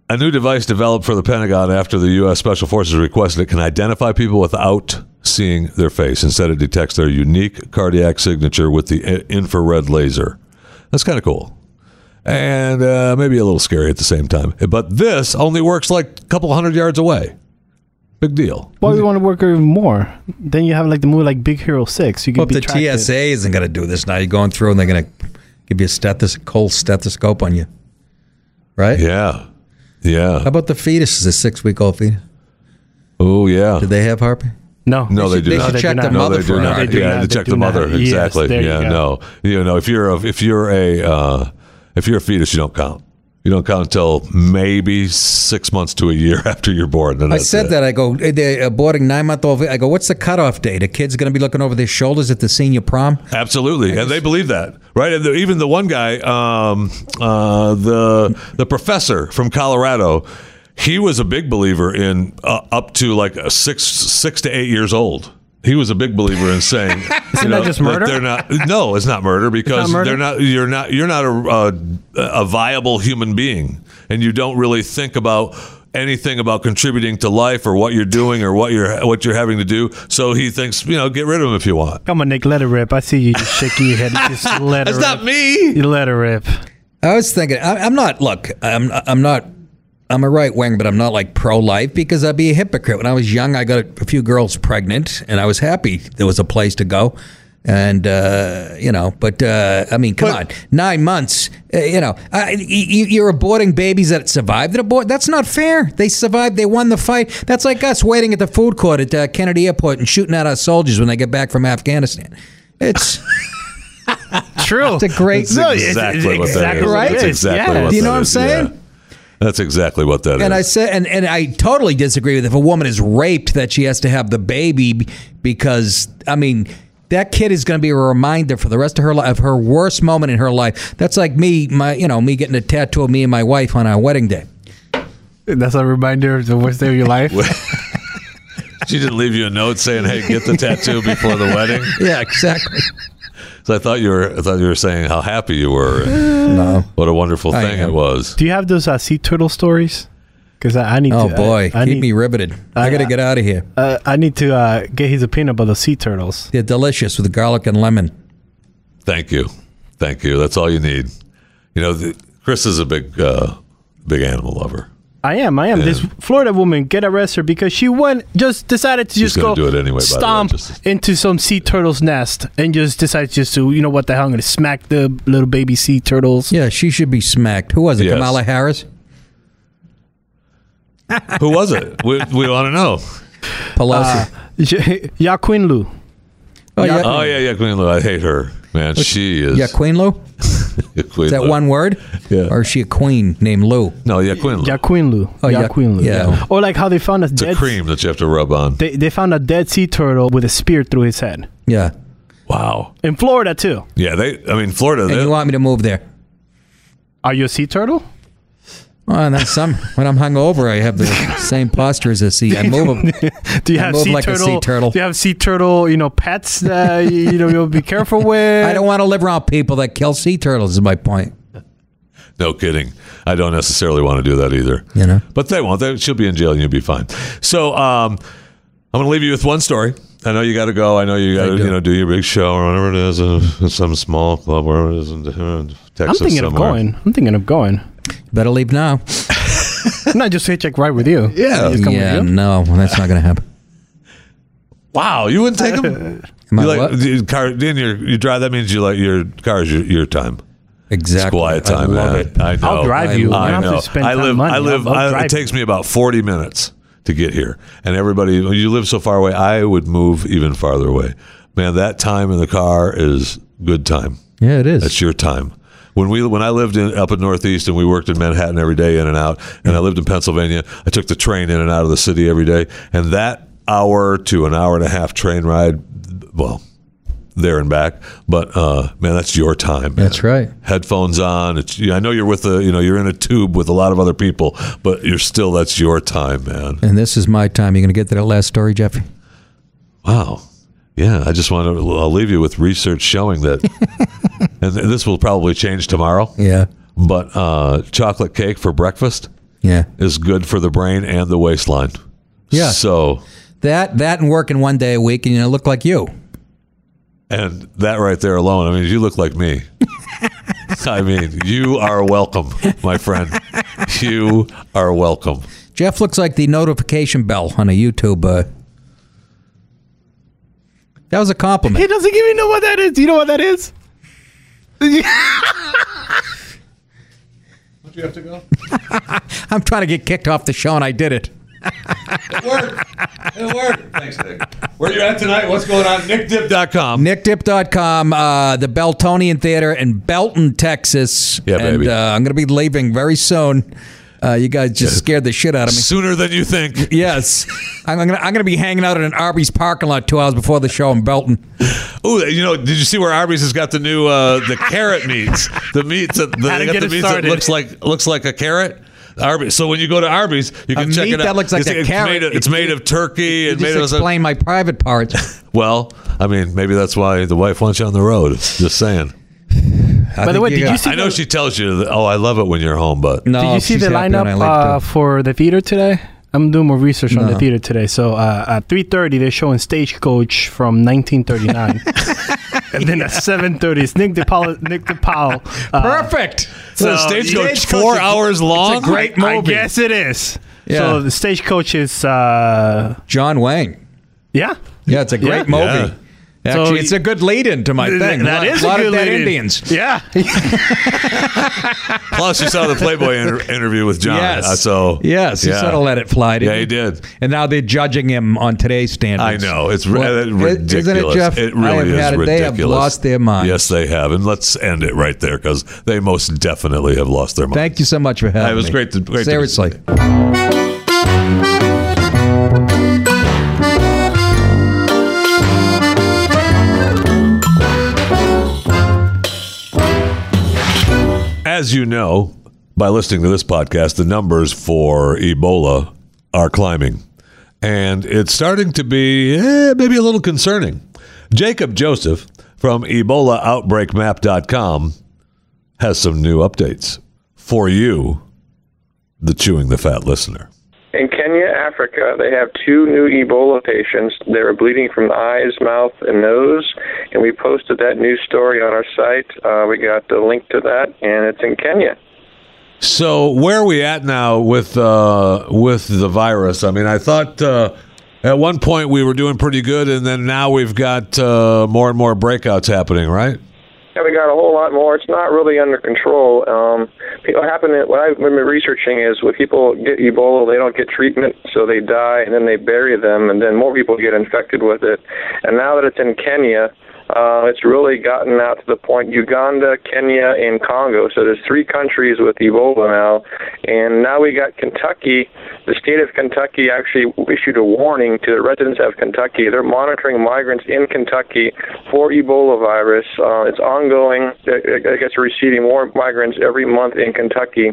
S1: a new device developed for the Pentagon after the U.S. Special Forces requested it can identify people without seeing their face. Instead, it detects their unique cardiac signature with the i- infrared laser. That's kind of cool. And uh, maybe a little scary at the same time. But this only works like a couple hundred yards away. Big deal.
S2: Why we want to work even more? Then you have like the movie like Big Hero Six. You can
S3: Well, if
S2: be
S3: the
S2: tracked.
S3: TSA isn't going to do this now, you're going through and they're going to give you a stethos- cold stethoscope on you, right?
S1: Yeah. Yeah.
S3: How about the fetus? Is a six week old fetus?
S1: Oh, yeah.
S3: Do they have heart? pain?
S2: No,
S1: No, they
S3: should-
S1: do
S3: they
S1: not.
S3: should
S2: check
S1: no,
S2: the
S1: they
S3: mother
S1: do
S3: for
S1: not.
S2: her. They do
S1: yeah,
S2: not.
S1: they
S2: They
S1: check
S2: do
S1: the
S2: not.
S1: mother.
S2: Yes,
S1: exactly.
S2: there you
S1: yeah.
S2: go.
S1: No. You know, if you're a, if you're a uh, if you're a fetus, you don't count. You don't count until maybe six months to a year after you're born. Then
S3: I
S1: that's
S3: said
S1: it.
S3: that. I go, eh, they're aborting nine month old. I go, what's the cutoff date? A kid's going to be looking over their shoulders at the senior prom?
S1: Absolutely, and they believe that, right? And the, even the one guy, um, uh, the the professor from Colorado, he was a big believer in uh, up to like a six six to eight years old. He was a big believer in saying, you know,
S2: just murder?
S1: they're not. No, it's not murder because
S2: murder?
S1: they're not. You're not. You're not a, a a viable human being, and you don't really think about anything about contributing to life or what you're doing or what you're what you're having to do. So he thinks, you know, get rid of him if you want.
S2: Come on, Nick, let it rip. I see you just shaking your head. Just let it
S1: That's
S2: rip.
S1: not me.
S2: You let it rip.
S3: I was thinking, I, I'm not. Look, I'm I'm not. I'm a right wing, but I'm not like pro life because I'd be a hypocrite. When I was young, I got a few girls pregnant, and I was happy there was a place to go, and uh, you know. But uh, I mean, come on, nine months. Uh, you know, I, you, you're aborting babies that survived an abort. That's not fair. They survived. They won the fight. That's like us waiting at the food court at uh, Kennedy Airport and shooting at our soldiers when they get back from Afghanistan. It's.
S2: True. It's
S3: a great-
S2: no,
S1: That's
S2: it's- it's
S1: exactly what that
S2: exactly
S1: is.
S2: what it
S1: That's
S2: is.
S1: exactly
S2: Yeah.
S1: what
S3: Do you
S1: that
S3: know what I'm
S1: is,
S3: saying?
S1: yeah. That's exactly what that is.
S3: And I said, and, and I totally disagree with if a woman is raped that she has to have the baby b- because I mean that kid is going to be a reminder for the rest of her life of her worst moment in her life. That's like me, my you know me getting a tattoo of me and my wife on our wedding day.
S2: That's a reminder of the worst day of your life.
S1: she didn't leave you a note saying, "Hey, get the tattoo before the wedding."
S3: Yeah, exactly.
S1: So I thought you were. I thought you were saying how happy you were. And
S3: no.
S1: what a wonderful
S3: I
S1: thing
S3: am.
S1: it was.
S2: Do you have those uh, sea turtle stories? Because I, I need
S3: Oh
S2: to.
S3: boy,
S2: I, I
S3: keep
S2: need,
S3: me riveted. I,
S2: I-
S3: got to get out of here.
S2: Uh, I need to uh, get his opinion about the sea turtles.
S3: They're delicious with garlic and lemon.
S1: Thank you, thank you. That's all you need. You know, the, Chris is a big, uh, big animal lover.
S2: I am. I am. This Florida woman get arrested because she went just decided to just
S1: gonna
S2: go
S1: do it anyway, by the way,
S2: stomp
S1: just
S2: into some sea turtle's nest and just decided just to you know what the hell I'm gonna smack the little baby sea turtles.
S3: Yeah, she should be smacked. Who was it?
S1: Yes.
S3: Kamala Harris,
S1: Who was it? we we want to know.
S2: Uh,
S3: Pelosi.
S2: J- Yaquin Lu.
S3: oh yeah,
S1: Oh yeah, yeah, Queen Lou. I hate her, man. She is.
S3: yeah, Queen Lou.
S1: Queen
S3: Is that
S1: Lou.
S3: one word?
S1: Yeah.
S3: Or is she a queen named Lou?
S1: No, yeah, Queen Lou.
S2: Yaquin Lu.
S3: Oh, Ya-
S2: Yaquin Lu.
S3: yeah.
S2: Or like how they found a
S1: It's a
S2: dead
S1: cream that you have to rub on.
S2: they they found a dead sea turtle with a spear through his head.
S3: Yeah.
S1: Wow.
S2: In Florida too.
S1: Yeah, they. I mean, Florida.
S3: And
S1: they-
S3: you want me to move there?
S2: Are you a sea turtle?
S3: Well, and that's some. When I'm hungover, I have the same posture as a sea. I move 'em.
S2: Do you
S3: I
S2: have
S3: move
S2: sea,
S3: like a sea
S2: turtle,
S3: turtle.
S2: Do you have sea turtle, you know, pets that you, you know you'll be careful with?
S3: I don't want to live around people that kill sea turtles. Is my point.
S1: No kidding. I don't necessarily want to do that either.
S3: You know.
S1: But they won't. They, she'll be in jail and you'll be fine. So um, I'm going to leave you with one story. I know you got to go. I know you got to
S3: do.
S1: you know do your big show or whatever it is, uh, some small club wherever it is in uh,
S2: I'm
S1: Texas
S2: thinking
S1: somewhere.
S2: of going. I'm thinking of going.
S3: Better leave now.
S2: Not just hitchhike ride with you.
S1: Yeah.
S2: Just come with
S3: yeah.
S2: you?
S3: No, that's not going to happen.
S1: Wow, you wouldn't take him.
S3: Am I
S1: you like
S3: what?
S1: you- car? Then your you drive. That means you like your car is your, your time.
S3: Exactly.
S1: Quiet time,
S3: I love
S1: man.
S3: it.
S1: I know.
S2: I'll drive
S3: I
S2: you.
S3: love-
S2: I,
S1: I
S2: don't
S1: know.
S2: have to spend
S1: I
S2: time
S1: live.
S2: money.
S1: I live.
S2: I'll- I'll
S1: I,
S2: drive
S1: it takes me about forty minutes to get here, and everybody, you live so far away. I would move even farther away. Man, that time in the car is good time.
S3: Yeah, it
S1: That's
S3: is.
S1: your time. When we when I lived in, up in Northeast and we worked in Manhattan every day in and out, and I lived in Pennsylvania, I took the train in and out of the city every day, and that hour to an hour and a half train ride, well, there and back. But uh, man, that's your time. man.
S3: That's right.
S1: Headphones on. It's, yeah, I know you're with the you know you're in a tube with a lot of other people, but you're still that's your time, man.
S3: And this is my time. You're going to get to that last story, Jeffrey.
S1: Wow. Yeah, I just want to. I'll leave you with research showing that, and this will probably change tomorrow.
S3: Yeah.
S1: But uh, chocolate cake for breakfast
S3: Yeah.
S1: is good for the brain and the waistline.
S3: Yeah.
S1: So,
S3: That that and working one day a week, and you know, look like you.
S1: and that right there alone, I mean, you look like me. I mean, you are welcome, my friend. You are welcome.
S3: Jeff looks like the notification bell on a YouTube. Uh, that was a compliment.
S2: He doesn't even know what that is. Do you know what that is?
S1: Don't you have to go?
S3: I'm trying to get kicked off the show, and I did it.
S1: It worked. It worked. Thanks, Nick. Where you at tonight? What's going on? NickDip.com.
S3: NickDip.com, uh, the Beltonian Theater in Belton, Texas.
S1: Yeah,
S3: and,
S1: baby.
S3: Uh, I'm going to be leaving very soon. Uh, you guys just scared the shit out of me.
S1: Sooner than you think.
S3: Yes. I'm going to I'm gonna be hanging out at an Arby's parking lot two hours before the show in Belton.
S1: Oh, you know, did you see where Arby's has got the new uh, the carrot meats? The meats that the,
S2: How
S1: they
S2: to
S1: got
S2: get
S1: the
S2: it
S1: meats
S2: started.
S1: that looks like looks like a carrot. Arby's. So when you go to Arby's, you can
S3: A
S1: check
S3: meat
S1: it out.
S3: that looks like
S1: it's,
S3: a
S1: it's
S3: carrot.
S1: Made of, it's
S3: It-
S1: made of turkey and
S3: Just
S1: made of
S3: explain my private parts.
S1: Well, I mean, maybe that's why the wife wants you on the road. Just saying.
S2: By the way, did you
S1: I know she tells you, that, "Oh, I love it when you're home," but
S3: No,
S2: Did you see
S3: Oh, she's
S2: the
S3: happy when I
S2: lineup
S3: left her.
S2: uh, for the theater today? I'm doing more research on the
S3: No.
S2: theater today. So uh, at 3:30 they're showing Stagecoach from 1939, and then at 7:30 it's Nick DePaul. Nick DePaul. Uh,
S3: Perfect.
S1: so,
S2: So,
S1: stagecoach
S3: Stagecoach
S1: four
S3: is a-
S1: hours long.
S3: great
S2: I
S3: movie.
S2: guess it is.
S3: Yeah.
S2: So the Stagecoach is uh,
S3: John Wayne.
S2: yeah.
S3: Yeah, it's a great
S2: Yeah.
S1: Yeah.
S3: movie. Actually,
S2: So-
S3: it's a good lead in to my
S2: Th-
S3: thing.
S2: that
S3: a lot,
S2: is
S3: lot
S2: a good
S3: of dead
S2: lead-in.
S3: Indians.
S2: Yeah.
S1: Plus, you saw the Playboy inter- interview with John.
S3: Yes.
S1: Uh, so
S3: yes, he
S1: yeah.
S3: sort of let it fly. didn't
S1: Yeah, he did.
S3: And now they're judging him on today's
S1: I
S3: standards.
S1: know it's ri-
S3: Well,
S1: uh, ridiculous.
S3: Isn't it, Jeff?
S1: It
S3: I have
S1: really is
S3: had it.
S1: ridiculous.
S3: They have lost their mind.
S1: Yes, they have, and let's end it right there because they most definitely have lost their mind.
S3: Thank you so much for having me.
S1: It was great to- great to-
S3: Seriously.
S1: As you know, by listening to this podcast, the numbers for Ebola are climbing. And it's starting to be eh, maybe a little concerning. Jacob Joseph from EbolaOutbreakMap.com has some new updates for you, the Chewing the Fat listener.
S4: In Kenya, Africa, they have two new Ebola patients that are bleeding from the eyes, mouth, and nose. And we posted that news story on our site. Uh, we got the link to that, and it's in Kenya.
S1: So where are we at now with uh, with the virus? I mean, I thought uh, at one point we were doing pretty good, and then now we've got uh, more and more breakouts happening, right?
S4: Yeah, we got a whole lot more. It's not really under control. Um, people happen to, what I've been researching is when people get Ebola, they don't get treatment, so they die, and then they bury them, and then more people get infected with it. And now that it's in Kenya, uh, it's really gotten out to the point Uganda, Kenya, and Congo. So there's three countries with Ebola now, and now we got Kentucky. The state of Kentucky actually issued a warning to the residents of Kentucky. They're monitoring migrants in Kentucky for Ebola virus. Uh, it's ongoing. I I guess we're receiving more migrants every month in Kentucky,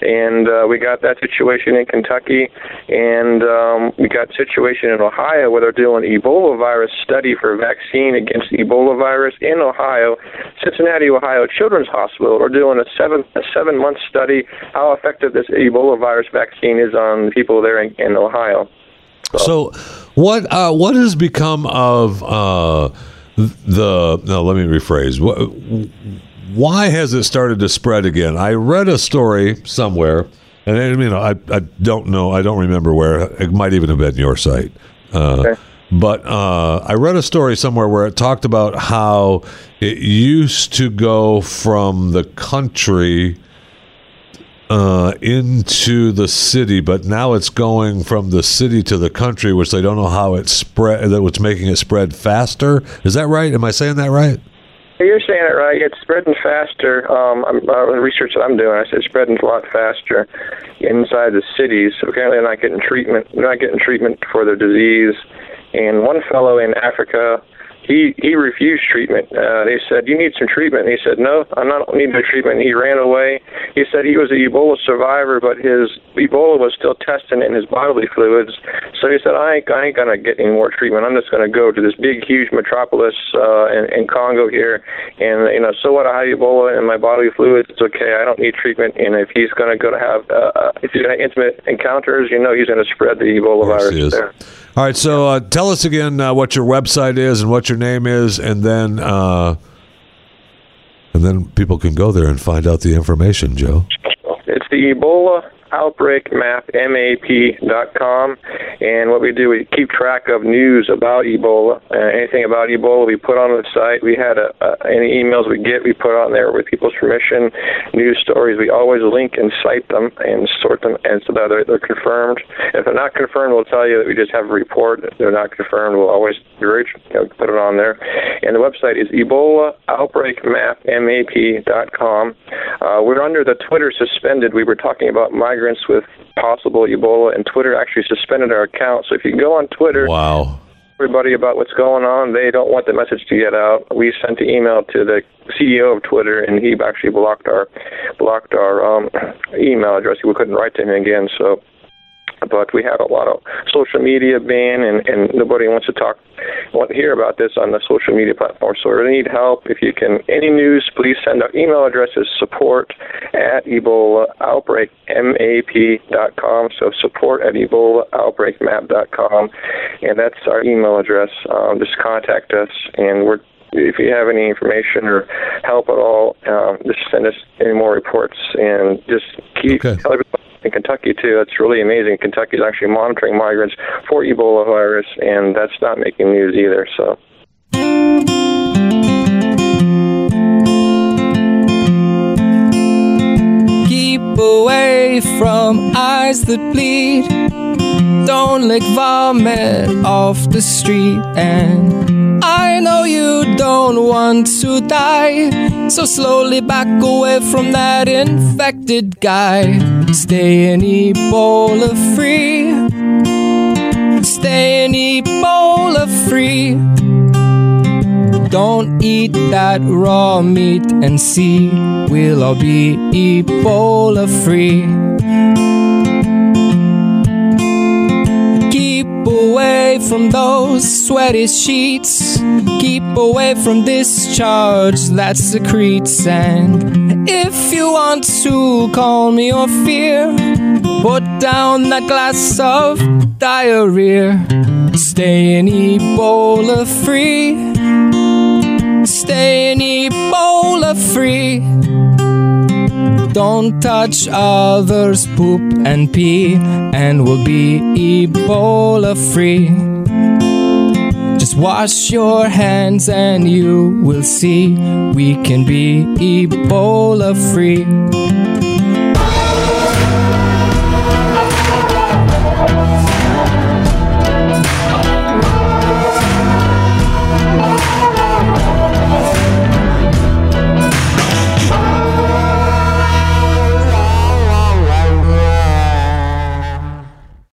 S4: and uh, we got that situation in Kentucky, and um, we got situation in Ohio where they're doing Ebola virus study for vaccine against Ebola virus in Ohio. Cincinnati, Ohio Children's Hospital are doing a seven a seven month study how effective this Ebola virus vaccine is on people there in, in Ohio.
S1: So, what uh, what has become of uh, the? No, let me rephrase. Wh- Why has it started to spread again? I read a story somewhere, and I, you know, I, I don't know, I don't remember where. It might even have been your site, uh,
S4: Okay.
S1: but uh, I read a story somewhere where it talked about how it used to go from the country uh, into the city, but now it's going from the city to the country, which they don't know how it spread. That what's making it spread faster. Is that right? Am I saying that right?
S4: You're saying it right. It's spreading faster. Um, I'm, uh, the research that I'm doing, I said it's spreading a lot faster inside the cities. Apparently, they're not getting treatment. They're not getting treatment for their disease. And one fellow in Africa, he he refused treatment. Uh, they said, "You need some treatment." And he said, "No, I'm not need no treatment." He ran away. He said he was a Ebola survivor, but his Ebola was still testing in his bodily fluids. So he said, "I ain't, I ain't gonna get any more treatment. I'm just gonna go to this big, huge metropolis uh, in, in Congo here, and you know, so what? I have Ebola in my bodily fluids. It's okay. I don't need treatment. And if he's gonna go to have, uh, if he's gonna have intimate encounters, you know, he's gonna spread the Ebola
S1: Yes,
S4: virus
S1: it is.
S4: there."
S1: All right. So uh, tell us again uh, what your website is and what your name is, and then uh, and then people can go there and find out the information, Joe.
S4: It's the Ebola outbreak map map.com and what we do we keep track of news about ebola uh, anything about ebola we put on the site we had a, a, any emails we get we put on there with people's permission news stories we always link and cite them and sort them and so that they're, they're confirmed if they're not confirmed we'll tell you that we just have a report if they're not confirmed we'll always you know, put it on there and the website is ebola outbreak map map.com uh, we're under the Twitter suspended. We were talking about migrants with possible Ebola, and Twitter actually suspended our account. So if you go on Twitter,
S1: Wow.
S4: everybody about what's going on, they don't want the message to get out. We sent the email to the CEO of Twitter, and he actually blocked our blocked our um, email address. We couldn't write to him again, so. but we have a lot of social media ban, and, and nobody wants to talk, want to hear about this on the social media platform. So we need help. If you can, any news, please send our email address is support at Ebola Outbreak com. So support at Ebola Outbreak Map dot com, and that's our email address. Um, just contact us, and we're if you have any information or help at all, um, just send us any more reports and just keep
S1: Okay.
S4: tell everybody in Kentucky too. It's really amazing. Kentucky is actually monitoring migrants for Ebola virus, and that's not making news either. So.
S5: Keep away from eyes that bleed. Don't lick vomit off the street. And I know you don't want to die. So slowly back away from that infected guy. Stay in Ebola free. Stay in Ebola free. Don't eat that raw meat and see we'll all be Ebola free. Keep away from those sweaty sheets. Keep away from discharge that secretes. And if you want to call me your fear, put down that glass of diarrhea. Stay in Ebola free stay in Ebola free. Don't touch others' poop and pee, and we'll be Ebola free. Just wash your hands, and you will see we can be Ebola free.